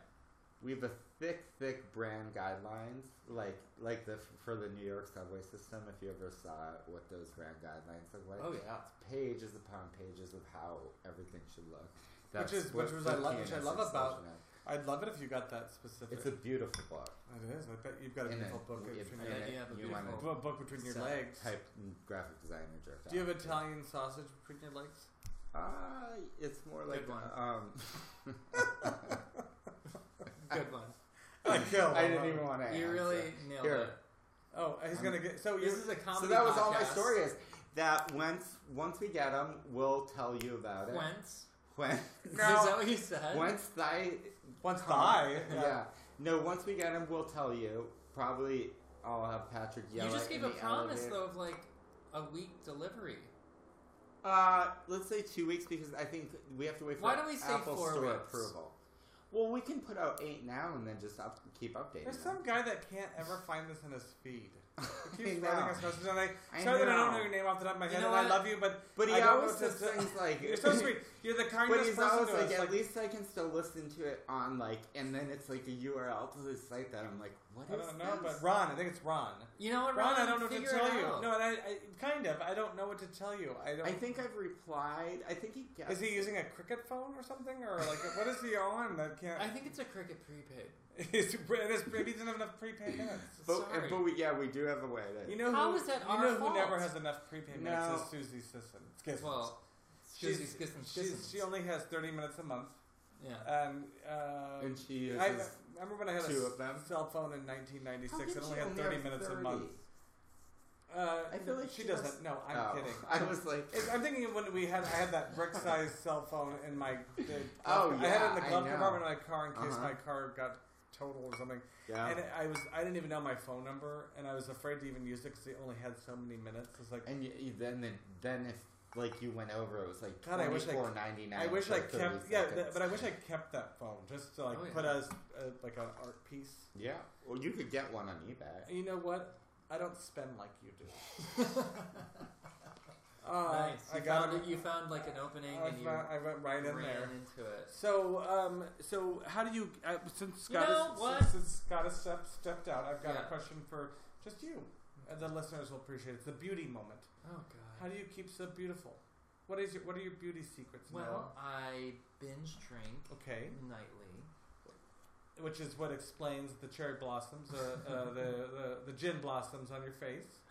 C: we have a thick, thick brand guidelines, like like the for the New York subway system. If you ever saw what those brand guidelines look like,
B: oh yeah.
C: pages upon pages of how everything should look.
A: is-
C: what
A: which was
C: the
A: I love- which I
C: PNS
A: love about-
C: explosion is.
A: I'd love it if you got that specific.
C: It's a beautiful book.
A: it is. I bet you've got a
C: And
A: beautiful
C: it-
A: book
C: it-
A: between
C: and
A: your,
B: Yeah,
C: it-
B: you have a
C: you want
B: beautiful-
A: bu- book between your
B: Set.
A: legs.
C: to type in graphic designer jerk.
A: Do you
C: out.
A: have Italian sausage between your legs?
C: Ah, it's more like
B: Good one.
C: um.
B: Good one.
A: (laughs) I killed.
C: (laughs) I
A: him.
C: didn't even want to.
B: You
C: answer.
B: really nailed
C: Here.
B: it.
A: Oh, he's gonna get. So you,
B: This is a
C: So
B: comedy.
C: that was all my
B: podcast.
C: story is. That once once we get them, we'll tell you about
A: (laughs)
C: it.
B: Wentz.
C: When
B: Is
C: (laughs)
A: Now-
B: that what you said?
C: once I
A: once die.
C: yeah. no once we get him we'll tell you probably I'll have Patrick yell
B: you just
C: at
B: gave
C: in
B: a
C: the
B: promise
C: elevator.
B: though of like a week delivery.
C: Uh, let's say two weeks because I think we have to wait for
B: Why do we say
C: Apple
B: four
C: Store
B: weeks?
C: approval. Well, we can put out eight now and then just up, keep updating.
A: There's
C: them.
A: some guy that can't ever find this in his feed. He
C: (laughs) I
A: keeps
C: know.
A: writing us messages, and I,
C: I
A: sorry that I don't
C: know.
A: know your name off the top of my
B: You
A: head,
B: know
A: and I
B: what?
A: love you, but
C: But he
A: I don't know
C: always
A: what to
C: says
A: say.
C: things
B: (laughs)
C: like,
A: you're
C: (laughs)
A: so sweet. You're the kindest
C: But he's
A: person
C: always
A: to
C: like,
A: us.
C: at
A: Like,
C: least I can still listen to it on like, and then it's like a URL to the site that I'm like, what
A: I
C: is
A: don't know,
C: this?
A: but Ron, I think it's Ron.
B: You know what,
A: Ron, I don't know what
B: figure
A: to tell
B: it
A: you.
B: out.
A: No, and I, I kind of. I don't know what to tell you. I don't.
C: I think I've replied. I think he guessed.
A: is he using a cricket phone or something, or like what is he on that can't? (laughs)
B: I think it's a cricket prepaid.
A: It's- and it's- maybe he doesn't have enough prepaid minutes.
C: (laughs) But,
B: Sorry.
C: but we, yeah, we do have a way. To,
A: You know
B: How
A: who,
B: is that
A: You
B: our
A: know
B: fault?
A: who never has enough prepaid minutes
C: No.
A: is Susie Sisson. Skissons.
B: Well,
A: she's,
B: Susie Skissons,
A: she's,
B: Skissons.
A: she only has 30 minutes a month,
B: yeah.
A: and uh,
C: and she uses.
A: I, I remember when I had
C: two
A: a
C: of them.
A: cell phone in
C: How
A: 1996.
C: can
A: It
C: she
A: only had
C: only
A: 30
C: have
A: minutes a
C: 30?
A: month. Uh,
C: I feel like
A: she,
C: she
A: doesn't.
C: must-
A: No, I'm
C: Oh.
A: kidding.
C: (laughs) I was like,
A: It's, I'm thinking of when we had I had that brick-sized cell phone in my.
C: (laughs)
A: The,
C: Oh,
A: I had it in
C: yeah,
A: the
C: I
A: glove
C: know.
A: compartment of my car in case
C: Uh-huh.
A: my car got totaled or something.
C: yeah.
A: And I was I didn't even know my phone number, and I was afraid to even use it because it only had so many minutes. It's like
C: And you, you, then, the, then if like you went over, it was like
A: God, I wish I-
C: twenty four ninety nine.
A: I wish I kept yeah, th- but I wish I kept that phone just to like
B: Oh, yeah.
A: put as uh, like an art piece.
C: yeah. Well, you could get one on eBay.
A: And you know what? I don't spend like you do. Uh,
B: nice. You
A: I got
B: found
A: it.
B: it. You found like an opening,
A: I,
B: and you
A: found- I went right in
B: ran
A: there.
B: into it.
A: So, um,
D: So how do you uh, since
B: You
D: Scott is-
B: know what?
A: since, since Scott has step, stepped out, I've got
B: Yeah.
A: a question for just you, and the listeners will appreciate it. It's the beauty moment.
B: Oh
A: How
B: god.
A: do you keep so beautiful? What is your What are your beauty secrets?
B: Well, I binge drink
A: Noah? okay,
B: nightly.
A: which is what explains the cherry blossoms, uh,
B: (laughs)
A: uh, the, the the gin blossoms on your face,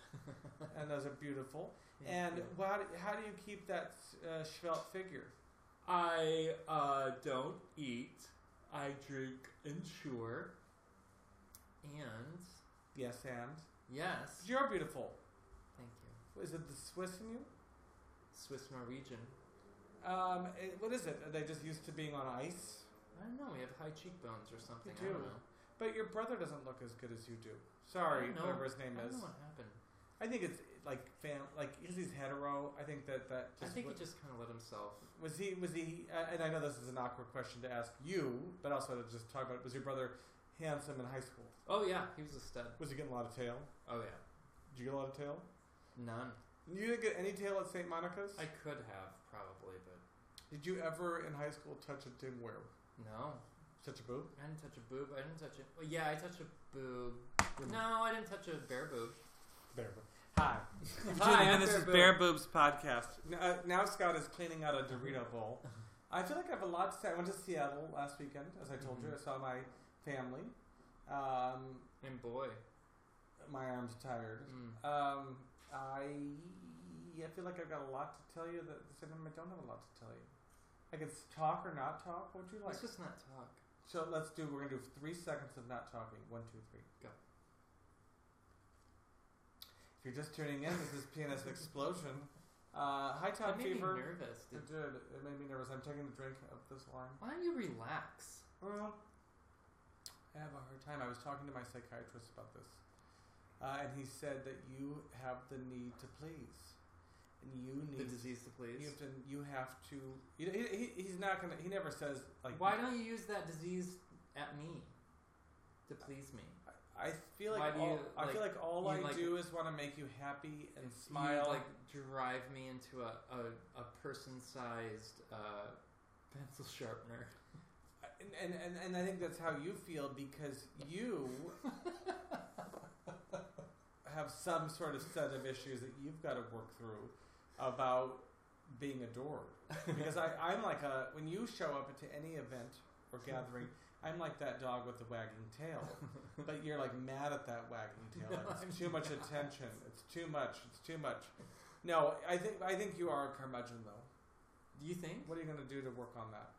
A: and those are beautiful. And why do- how do you keep that uh, svelte figure?
B: I uh, don't eat. I drink Ensure. And
A: Yes, and
B: yes,
A: you're beautiful.
B: thank you.
A: Is it the Swiss in you?
B: Swiss Norwegian.
A: Um, it- what is it? Are they just used to being on ice?
B: I don't know. We have high cheekbones or something.
A: You
B: I don't
A: do.
B: know.
A: But your brother doesn't look as good as you do. Sorry,
B: I don't know.
A: whatever his name
B: I don't
A: is.
B: know what happened.
A: I think it's like fam, like because he's hetero. I think that that
B: I
A: just
B: think
A: was,
B: he just kind of let himself.
A: was he was he. Uh, and I know this is an awkward question to ask you, but also to just talk about it. Was your brother handsome in high school?
B: Oh yeah, he was a stud.
A: Was he getting a lot of tail?
B: Oh yeah,
A: Did you get a lot of tail?
B: none.
A: You didn't get any tail at St. Monica's.
B: I could have probably, but
A: Did you ever in high school touch a dimware?
B: no.
A: Such a boob?
B: I didn't touch a boob. I didn't touch it. Well, yeah, I touched a boob.
A: Mm.
B: No, I didn't touch a bare boob.
A: (laughs)
B: (laughs)
A: There. Hi.
D: You've
B: Hi,
D: tuned in.
B: I'm
D: this
B: Bear
D: is
B: Boob.
D: Bear Boobs podcast.
A: Now, uh, now Scott is cleaning out a Dorito bowl.
B: (laughs)
A: I feel like I have a lot to say. I went to Seattle last weekend, as I told you. I
B: Mm-hmm.
A: saw my family. Um,
B: And boy,
A: my arms are tired.
B: mm,
A: Um, I I feel like I've got a lot to tell you. That at the same time I don't have a lot to tell you. I could s- talk or not talk. What would you like?
B: let's just not talk.
A: So let's do. We're gonna do three seconds of not talking. One, two, three.
B: Go.
A: If you're just tuning in, this is PNS Explosion. Uh, high top
B: that made
A: fever.
B: me nervous. Did,
A: It did. It made me nervous. I'm taking a drink of this wine.
B: why don't you relax?
A: Well, I have a hard time. I was talking to my psychiatrist about this, uh, and he said that you have the need to please, and you
B: The
A: need
B: disease to please.
A: you have to. You have to. You know, he, he, he's not gonna. He never says like.
B: why don't you use that disease at me to please me?
A: I feel like,
B: why do
A: all,
B: you,
A: I feel like all
B: you
A: I
B: like-
A: do is want to make you happy and
B: You,
A: smile.
B: like drive me into a a, a person sized uh, pencil sharpener.
A: And, and, and, and I think that's how you feel because
B: (laughs)
A: you have some sort of set of issues that you've got to work through about being adored. Because
B: (laughs)
A: I, I'm like a, when you show up to any event or gathering, I'm like that dog with the wagging
B: (laughs)
A: tail. But you're like mad at that wagging tail.
B: No,
A: it's
B: I'm
A: too much
B: not.
A: attention. It's too much. It's too much. No, I think I think you are a curmudgeon though.
B: Do you think?
A: What are you going to do to work on that?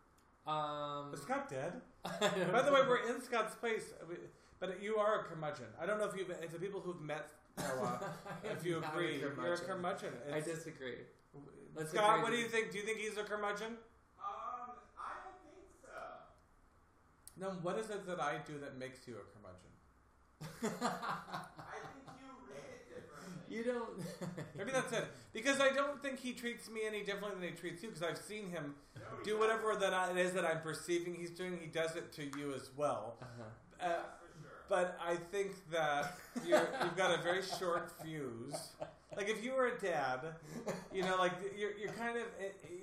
B: Um, (laughs)
A: Is Scott dead?
B: I don't
A: By the way,
B: know.
A: we're in Scott's place, uh, we- but you are a curmudgeon. I don't know if you've, if the people who've met
B: (laughs)
A: Noah,
B: I
A: Oh, if
B: am
A: you
B: not a
A: agree, you're a
B: curmudgeon.
A: curmudgeon.
B: I
A: It's-
B: disagree. (laughs) Let's
A: Scott,
B: agree
A: what
B: to
A: do you
B: dis-
A: think? Do you think he's a curmudgeon?
C: Um, I don't think so.
A: No, what is it that I do that makes you a curmudgeon?
C: I think you read it differently.
B: You don't.
A: (laughs) Maybe that's it. Because I don't think he treats me any differently than he treats you. Because I've seen him do whatever that I, it is that I'm perceiving he's doing. He does it to you as well.
B: (laughs) Uh-huh.
A: Uh, but I think that you're, you've got a
B: (laughs)
A: very short fuse. Like if you were a dad, you know, like you're, you're kind of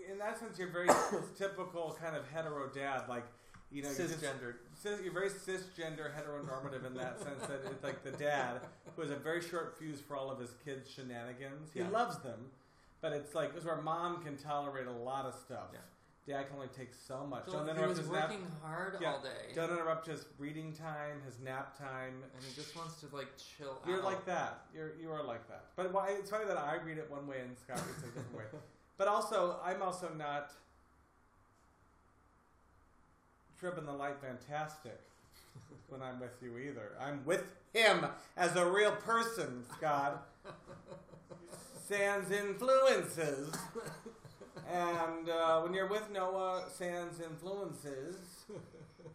A: in that sense you're very (coughs) typical kind of hetero dad. Like you know, you just-
B: Cisgendered.
A: cis, you're very cisgender, heteronormative in that sense that it's like the dad who has a very short fuse for all of his kids' shenanigans. He
B: Yeah.
A: loves them, but it's like it's where mom can tolerate a lot of stuff.
B: Yeah.
A: Dad can only take so much.
B: So
A: don't
B: he
A: interrupt
B: was
A: his nap.
B: working hard
A: Yeah.
B: all day,
A: Don't interrupt his reading time, his nap time.
B: and he just wants to like chill out.
A: You're like that. You're you are like that. But why? It's funny that I read it one way and Scott reads it a different way. But also, I'm also not tripping the light fantastic when I'm with you either. I'm with him as a real person, Scott. Sans influences. And uh, when you're with Noah, sans influences,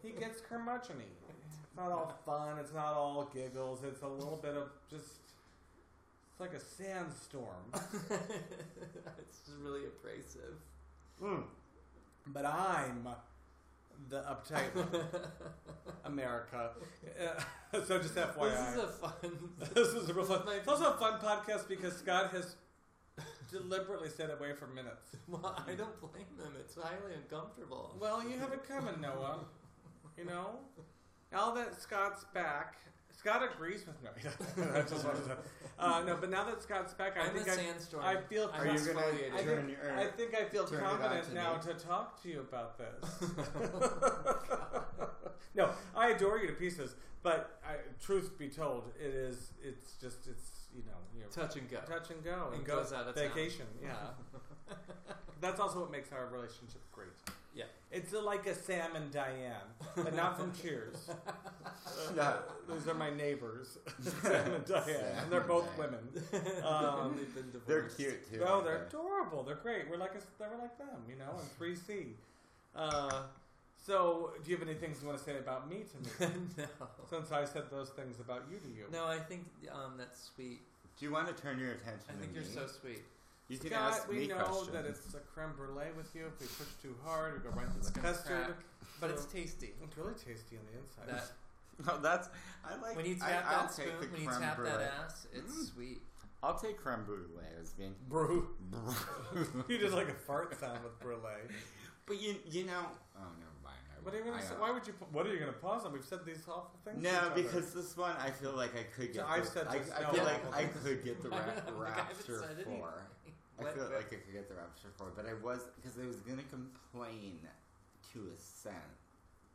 A: he gets curmudgeon It's not
B: (laughs)
A: all fun, it's not all giggles, it's a little bit of just. It's like a sandstorm.
B: (laughs) it's just really abrasive.
A: Mm. But I'm the uptight one, (laughs) America. Uh, (laughs) so just FYI.
B: This is a fun.
A: (laughs) this is a real fun.
B: (laughs)
A: uh,
B: My-
A: It's also a fun podcast because Scott has deliberately stayed away for minutes.
B: well, I don't blame them. It's highly uncomfortable.
A: Well, you have it coming, Noah. You know, now that Scott's back, Scott agrees with me. (laughs) I just wanted to, uh, no, but now that Scott's back, I
B: I'm a
A: think I,
B: sandstorm.
A: I feel.
B: I'm
C: Are you gonna
B: exfoliated.
A: I
C: turn
A: think,
C: your?
A: I think I feel
C: Turn it on
A: confident
C: to
A: now
C: me.
A: to talk to you about
C: (laughs)
A: this.
C: Oh,
A: (laughs) no, I adore you to pieces, but I, truth be told, it is. It's just. It's you know. You're,
B: Touch and go.
A: touch and go
B: And
A: and go
B: goes out of town. (laughs)
A: vacation. Yeah, (laughs) that's also what makes our relationship great.
B: Yeah.
A: it's a- like a Sam and Diane, but not from Cheers. (laughs)
C: Yeah.
A: Those are my neighbors, (laughs) Sam and Diane, and they're both women. Um,
B: They've been
C: (laughs) They're
B: divorced.
C: cute too.
A: No,
C: aren't
A: they're
C: they?
A: adorable. They're great. We're like a, they're like them, you know, in
C: (laughs)
A: three C. Uh, so, do you have any things you want to say about me to me?
C: (laughs)
B: (laughs) no.
A: Since I said those things about you to you,
B: No, I think um, that's sweet.
C: Do you want to turn your attention?
B: I think
C: to
B: you're
C: me?
B: so sweet.
C: You can
A: Scott,
C: ask
A: we
C: me
A: know
C: questions.
A: that it's a creme brulee with you. If we push too hard, we go right through
B: It's
A: the
B: gonna
A: custard.
B: crack. But it's
A: So- (laughs)
B: tasty.
A: It's really tasty on the inside.
B: That
C: (laughs) No, that's I like.
B: when you tap
C: I, I'll
B: that spoon,
C: take the
B: when you
C: creme
B: tap
C: brulee.
B: that ass, it's
C: Mm.
B: sweet.
C: I'll take creme brulee as being.
A: (laughs)
C: (laughs)
A: Brew. (laughs) you did like a fart sound with brulee.
C: but you, you know. Oh, never mind. I
A: What are you
C: won't.
A: gonna
C: I
A: say?
C: won't.
A: Why would you? pu- What are you gonna pause on? We've said these awful things. to each
C: No,
A: other.
C: because this one I feel like I could get.
A: I've
C: the,
A: said
C: I,
A: just
C: I
A: no
C: feel
B: on
C: like
A: all (laughs)
C: I
A: of
C: could get the
B: I
C: ra-
B: don't think I haven't
C: rapture
B: said anything.
C: four. I
B: What-
C: feel like I could get the rapture four, but I was because I was gonna complain to a scent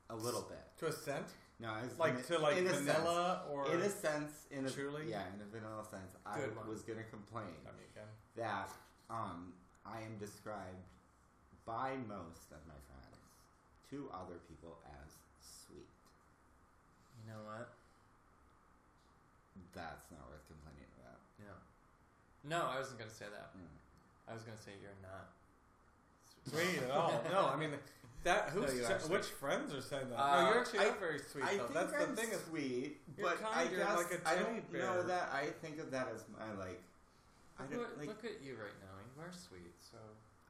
C: a little bit.
A: to a scent,
C: No, I was
A: like
C: gonna-
A: to like
C: in a
A: vanilla
C: sense,
A: or
C: in a sense, in a
A: Truly?
C: yeah, in a vanilla sense, I
A: Good one.
C: was gonna complain
A: I mean, again,
C: that um, I am described by most of my friends to other people as sweet.
B: You know what?
C: That's not worth complaining about.
B: No. No, I wasn't gonna say that.
C: Mm.
B: I was gonna say you're not.
A: sweet at
B: (laughs)
A: all. No, I mean that.
C: No,
A: Who's
C: you
A: sa-
C: are sweet.
A: which friends are saying that?
B: Uh,
A: no, you're actually
C: I-
A: not very sweet.
C: I
A: though.
C: think
A: That's
C: I'm
A: the thing is
C: sweet,
A: You're
C: but I
A: kind, you're
C: guess
A: like a
C: I
A: teddy
C: don't know
A: bear.
C: that I think of that as my like. I
B: Look,
C: don't
B: what-
C: like.
B: look at you right now. You are sweet. So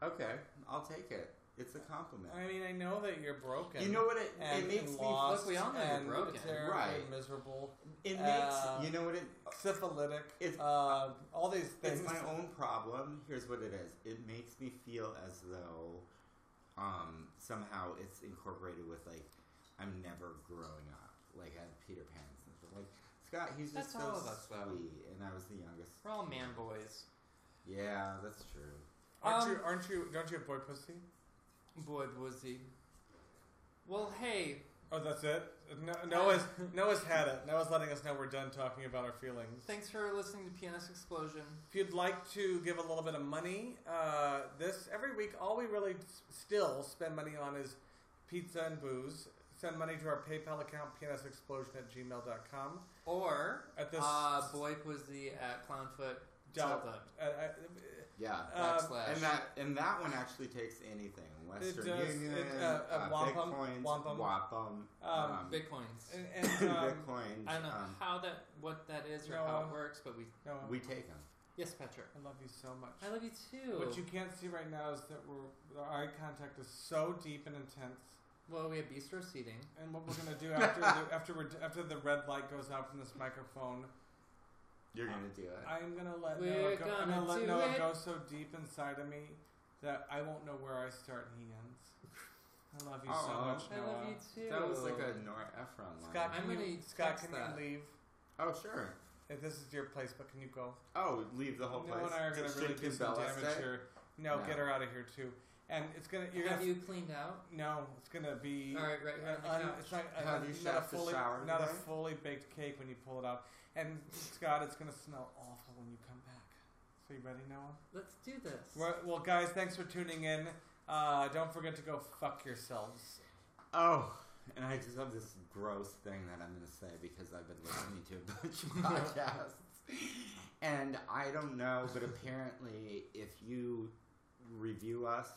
C: Okay, I'll take it. It's a compliment.
A: I mean, I know that you're broken.
C: you know what it,
A: and
C: it makes me
A: lost
B: Look, we all know you're
A: and
B: broken.
A: terribly
C: Right.
A: miserable,
C: It makes
A: Uh,
C: you know what it.
A: syphilitic.
C: It's-
A: uh, all these things.
C: It's my own problem. Here's what it is. It makes me feel as though, um, somehow it's incorporated with like, I'm never growing up. Like as Peter Pan syndrome. Like Scott, he's just
B: That's all
C: so
B: of us, though.
C: sweet, and I was the youngest.
B: we're all man boys.
C: Yeah, that's true.
A: Aren't
B: Um,
A: you? Aren't you? Don't you have boy pussy?
B: Boy, was he. Well, hey, uh,
A: Oh, that's it. Uh, No, Noah's Noah's had it. Noah's letting us know we're done talking about our feelings.
B: thanks for listening to Pianist Explosion.
A: If you'd like to give a little bit of money, uh, this every week, all we really s- still spend money on is pizza and booze. Send money to our PayPal account, pnsexplosion at gmail.com.
B: Or
A: At this,
B: uh, Boy Pussy at Clownfoot.
A: Dot-
B: Tilda.
A: uh, uh,
C: Yeah.
A: Um,
B: backslash.
C: And that and that one actually takes anything. Western
A: does. It,
C: Union,
A: uh, uh, wampum,
C: Bitcoins,
A: wampum.
C: wampum,
A: Um,
C: um, (coughs)
B: Bitcoins.
A: and,
B: (coughs)
A: and um,
C: Bitcoins.
B: I don't know
C: um,
B: how that, what that is, or
A: No,
B: how
A: um,
B: it works, but we
A: Noah,
C: we take them.
B: Yes, Petra.
A: I love you so much.
B: I love you too.
A: What you can't see right now is that we're, our eye contact is so deep and intense.
B: well, we have bistro seating.
A: And what we're gonna do
B: (laughs)
A: after the, after we're, after the red light goes out from this microphone,
C: You're gonna do it.
A: I'm gonna let
B: We're
A: Noah go. I'm
B: gonna
A: gonna let
B: do
A: Noah
B: it.
A: go so deep inside of me that I won't know where I start and he ends. I love you so
C: Oh,
A: much,
B: I
A: Noah.
B: love you too.
C: that was like a Nora Ephron line.
A: Scott,
B: I'm
A: can
B: gonna
A: you, Scott,
B: text
A: can
B: that.
A: you leave?
C: Oh sure.
A: If this is your place, but can you go?
C: Oh, leave the whole
A: Noah
C: place.
A: and I are gonna
C: Did
A: really
C: Shane
A: do some
C: Bella
A: damage
C: stay?
A: here. No,
C: No.
A: get her out of here too. And it's gonna you're
B: Have
A: gonna
B: you cleaned out?
A: no, it's gonna be
B: All right, right here on the
A: Uh, un-
B: couch.
A: it's not, uh,
C: Have you
A: not a
C: shaft the
A: fully
C: shower
A: not a
C: today?
A: fully baked cake when you pull it out. And Scott, it's gonna smell awful when you come back. So you ready, Noah?
B: Let's do this.
A: Well, well guys, thanks for tuning in. Uh, don't forget to go fuck yourselves.
C: Oh, and I just have this gross thing that I'm going to say because I've been listening to a bunch of (laughs) podcasts. And I don't know, but apparently, if you review us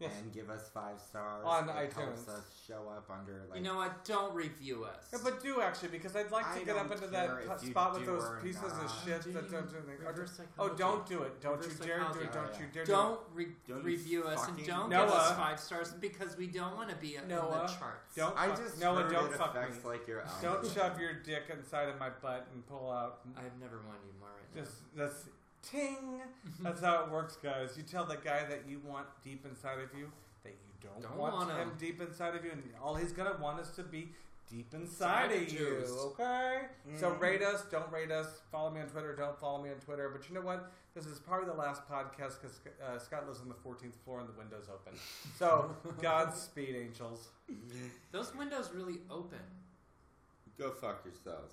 A: Yes.
C: and give us five stars,
A: On
C: it
A: iTunes.
C: helps us show up under like.
B: you know what? Don't review us.
A: Yeah, but do actually because I'd like to
C: I
A: get up
C: don't
A: into
C: care
A: that
C: if
A: pu-
C: you
A: spot with
C: do
A: those
C: or
A: pieces of
C: not.
A: shit
B: Do
A: that
B: you-
A: don't do anything. Or
B: Reverse
A: just- Oh,
B: psychology.
A: don't do it! Don't
B: Reverse
A: you dare do it!
B: psychology.
A: Don't you dare do it!
B: Don't, re-
C: Don't you
B: review us and
C: fucking-
B: don't give
A: Noah.
B: us five stars because we don't want to be in
A: Noah.
B: the charts.
A: Don't
C: I
A: fuck-
C: just
A: Noah,
C: heard
A: don't
C: it
A: fuck
C: affects,
A: me.
C: like your (laughs)
A: Don't
C: algorithm.
A: shove your dick inside of my butt and pull out.
B: I've never wanted you more right
A: Just that's ting. That's how it works, guys. You tell the guy that you want deep inside of you that you don't,
B: Don't
A: want,
B: want
A: him.
B: him.
A: deep inside of you, and all he's gonna want is to be deep inside of you.
B: Juiced.
A: Okay. So
C: Mhm.
A: rate us. Don't rate us. Follow me on Twitter. Don't follow me on Twitter. But you know what? This is probably the last podcast because uh, Scott lives on the 14th floor and the window's open.
C: (laughs)
A: So Godspeed, angels.
B: now. Those windows really open.
C: Go fuck yourselves.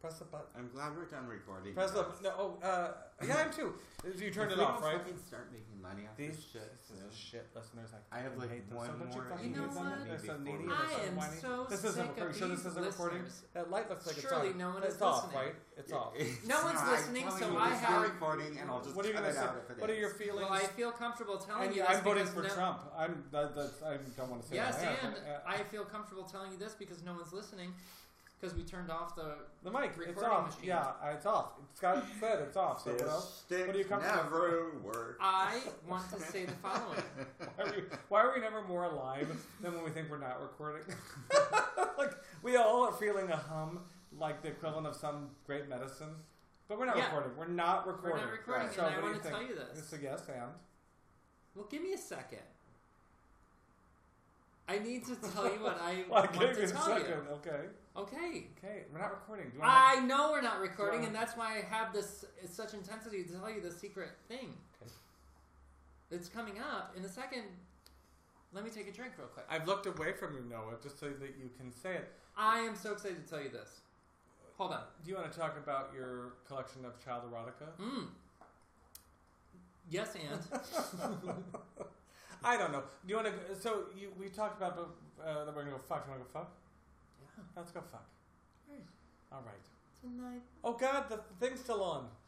A: Press the button.
C: I'm glad we're done recording.
A: Press the
C: guys.
A: no. Oh, uh, yeah, I'm too. You turned
C: If
A: it
C: we
A: off,
C: don't
A: right?
C: fucking start making money off
A: These
C: this shit.
A: this
C: soon.
A: is shit listeners. Like
C: I have, like,
A: hate them
C: one
A: so much.
C: more
A: You fucking
B: email
A: hate them.
B: from
A: They're so
C: me
A: needy. They're
C: before we-
A: so
B: I am
A: whiny.
B: so
A: This
B: sick
A: isn't.
B: of
A: Are you sure this
B: these
A: isn't recording?
B: listeners.
A: That light looks like
B: Surely
A: it's on.
B: no one
A: it's
B: is
A: off,
B: listening.
A: right? It's off.
B: No one's
C: I'm
B: listening,
C: telling
B: so
C: you,
B: I
C: it's
B: have-
C: not recording, and I'll just
A: What are you
C: cut
A: gonna say?
C: it out if it
A: What are
C: is.
A: your feelings?
B: Well, I feel comfortable telling
A: and
B: you this
A: I'm voting
B: because
A: for
B: no-
A: Trump. I'm. That, that's, I don't want to say
B: Yes,
A: that.
B: and
A: Uh,
B: I feel comfortable telling you this because no one's listening because we turned off the.
A: the mic. It's
B: recording
A: off.
B: machine.
A: Yeah, uh, it's off. Scott said it's off. So
C: This
A: what else?
C: stick
A: What are you comfortable
C: never work.
B: I want to say the following.
A: Why are, we, why are we never more alive than when we think we're not recording? (laughs) like we all are feeling a hum, like the equivalent of some great medicine, but we're not
B: Yeah.
A: recording. We're not
B: We're
A: recording.
B: not recording,
A: So
B: and
A: what
B: I
A: do
B: want
A: you
B: to
A: think?
B: tell you this.
A: It's a yes and.
B: Well, give me a second. I need to tell you what I
A: (laughs) Well, I
B: want
A: gave you
B: to
A: a
B: tell
A: second.
B: you.
A: Okay.
B: Okay.
A: Okay. We're not recording. Do you wanna-
B: I know we're not recording,
A: Well-
B: and that's why I have this it's such intensity to tell you the secret thing.
A: Okay.
B: It's coming up in a second. Let me take a drink real quick.
A: I've looked away from you, Noah, just so that you can say it.
B: I am so excited to tell you this. Hold on.
A: Do you want to talk about your collection of child erotica?
B: Mm.
A: (laughs)
B: Yes, and
A: I don't know. Do you want to? So you, we talked about uh, that we're gonna go fuck. You want to go fuck?
B: yeah.
A: Let's go fuck.
B: Alright.
A: All right.
B: Tonight.
A: Oh God, the thing's still on.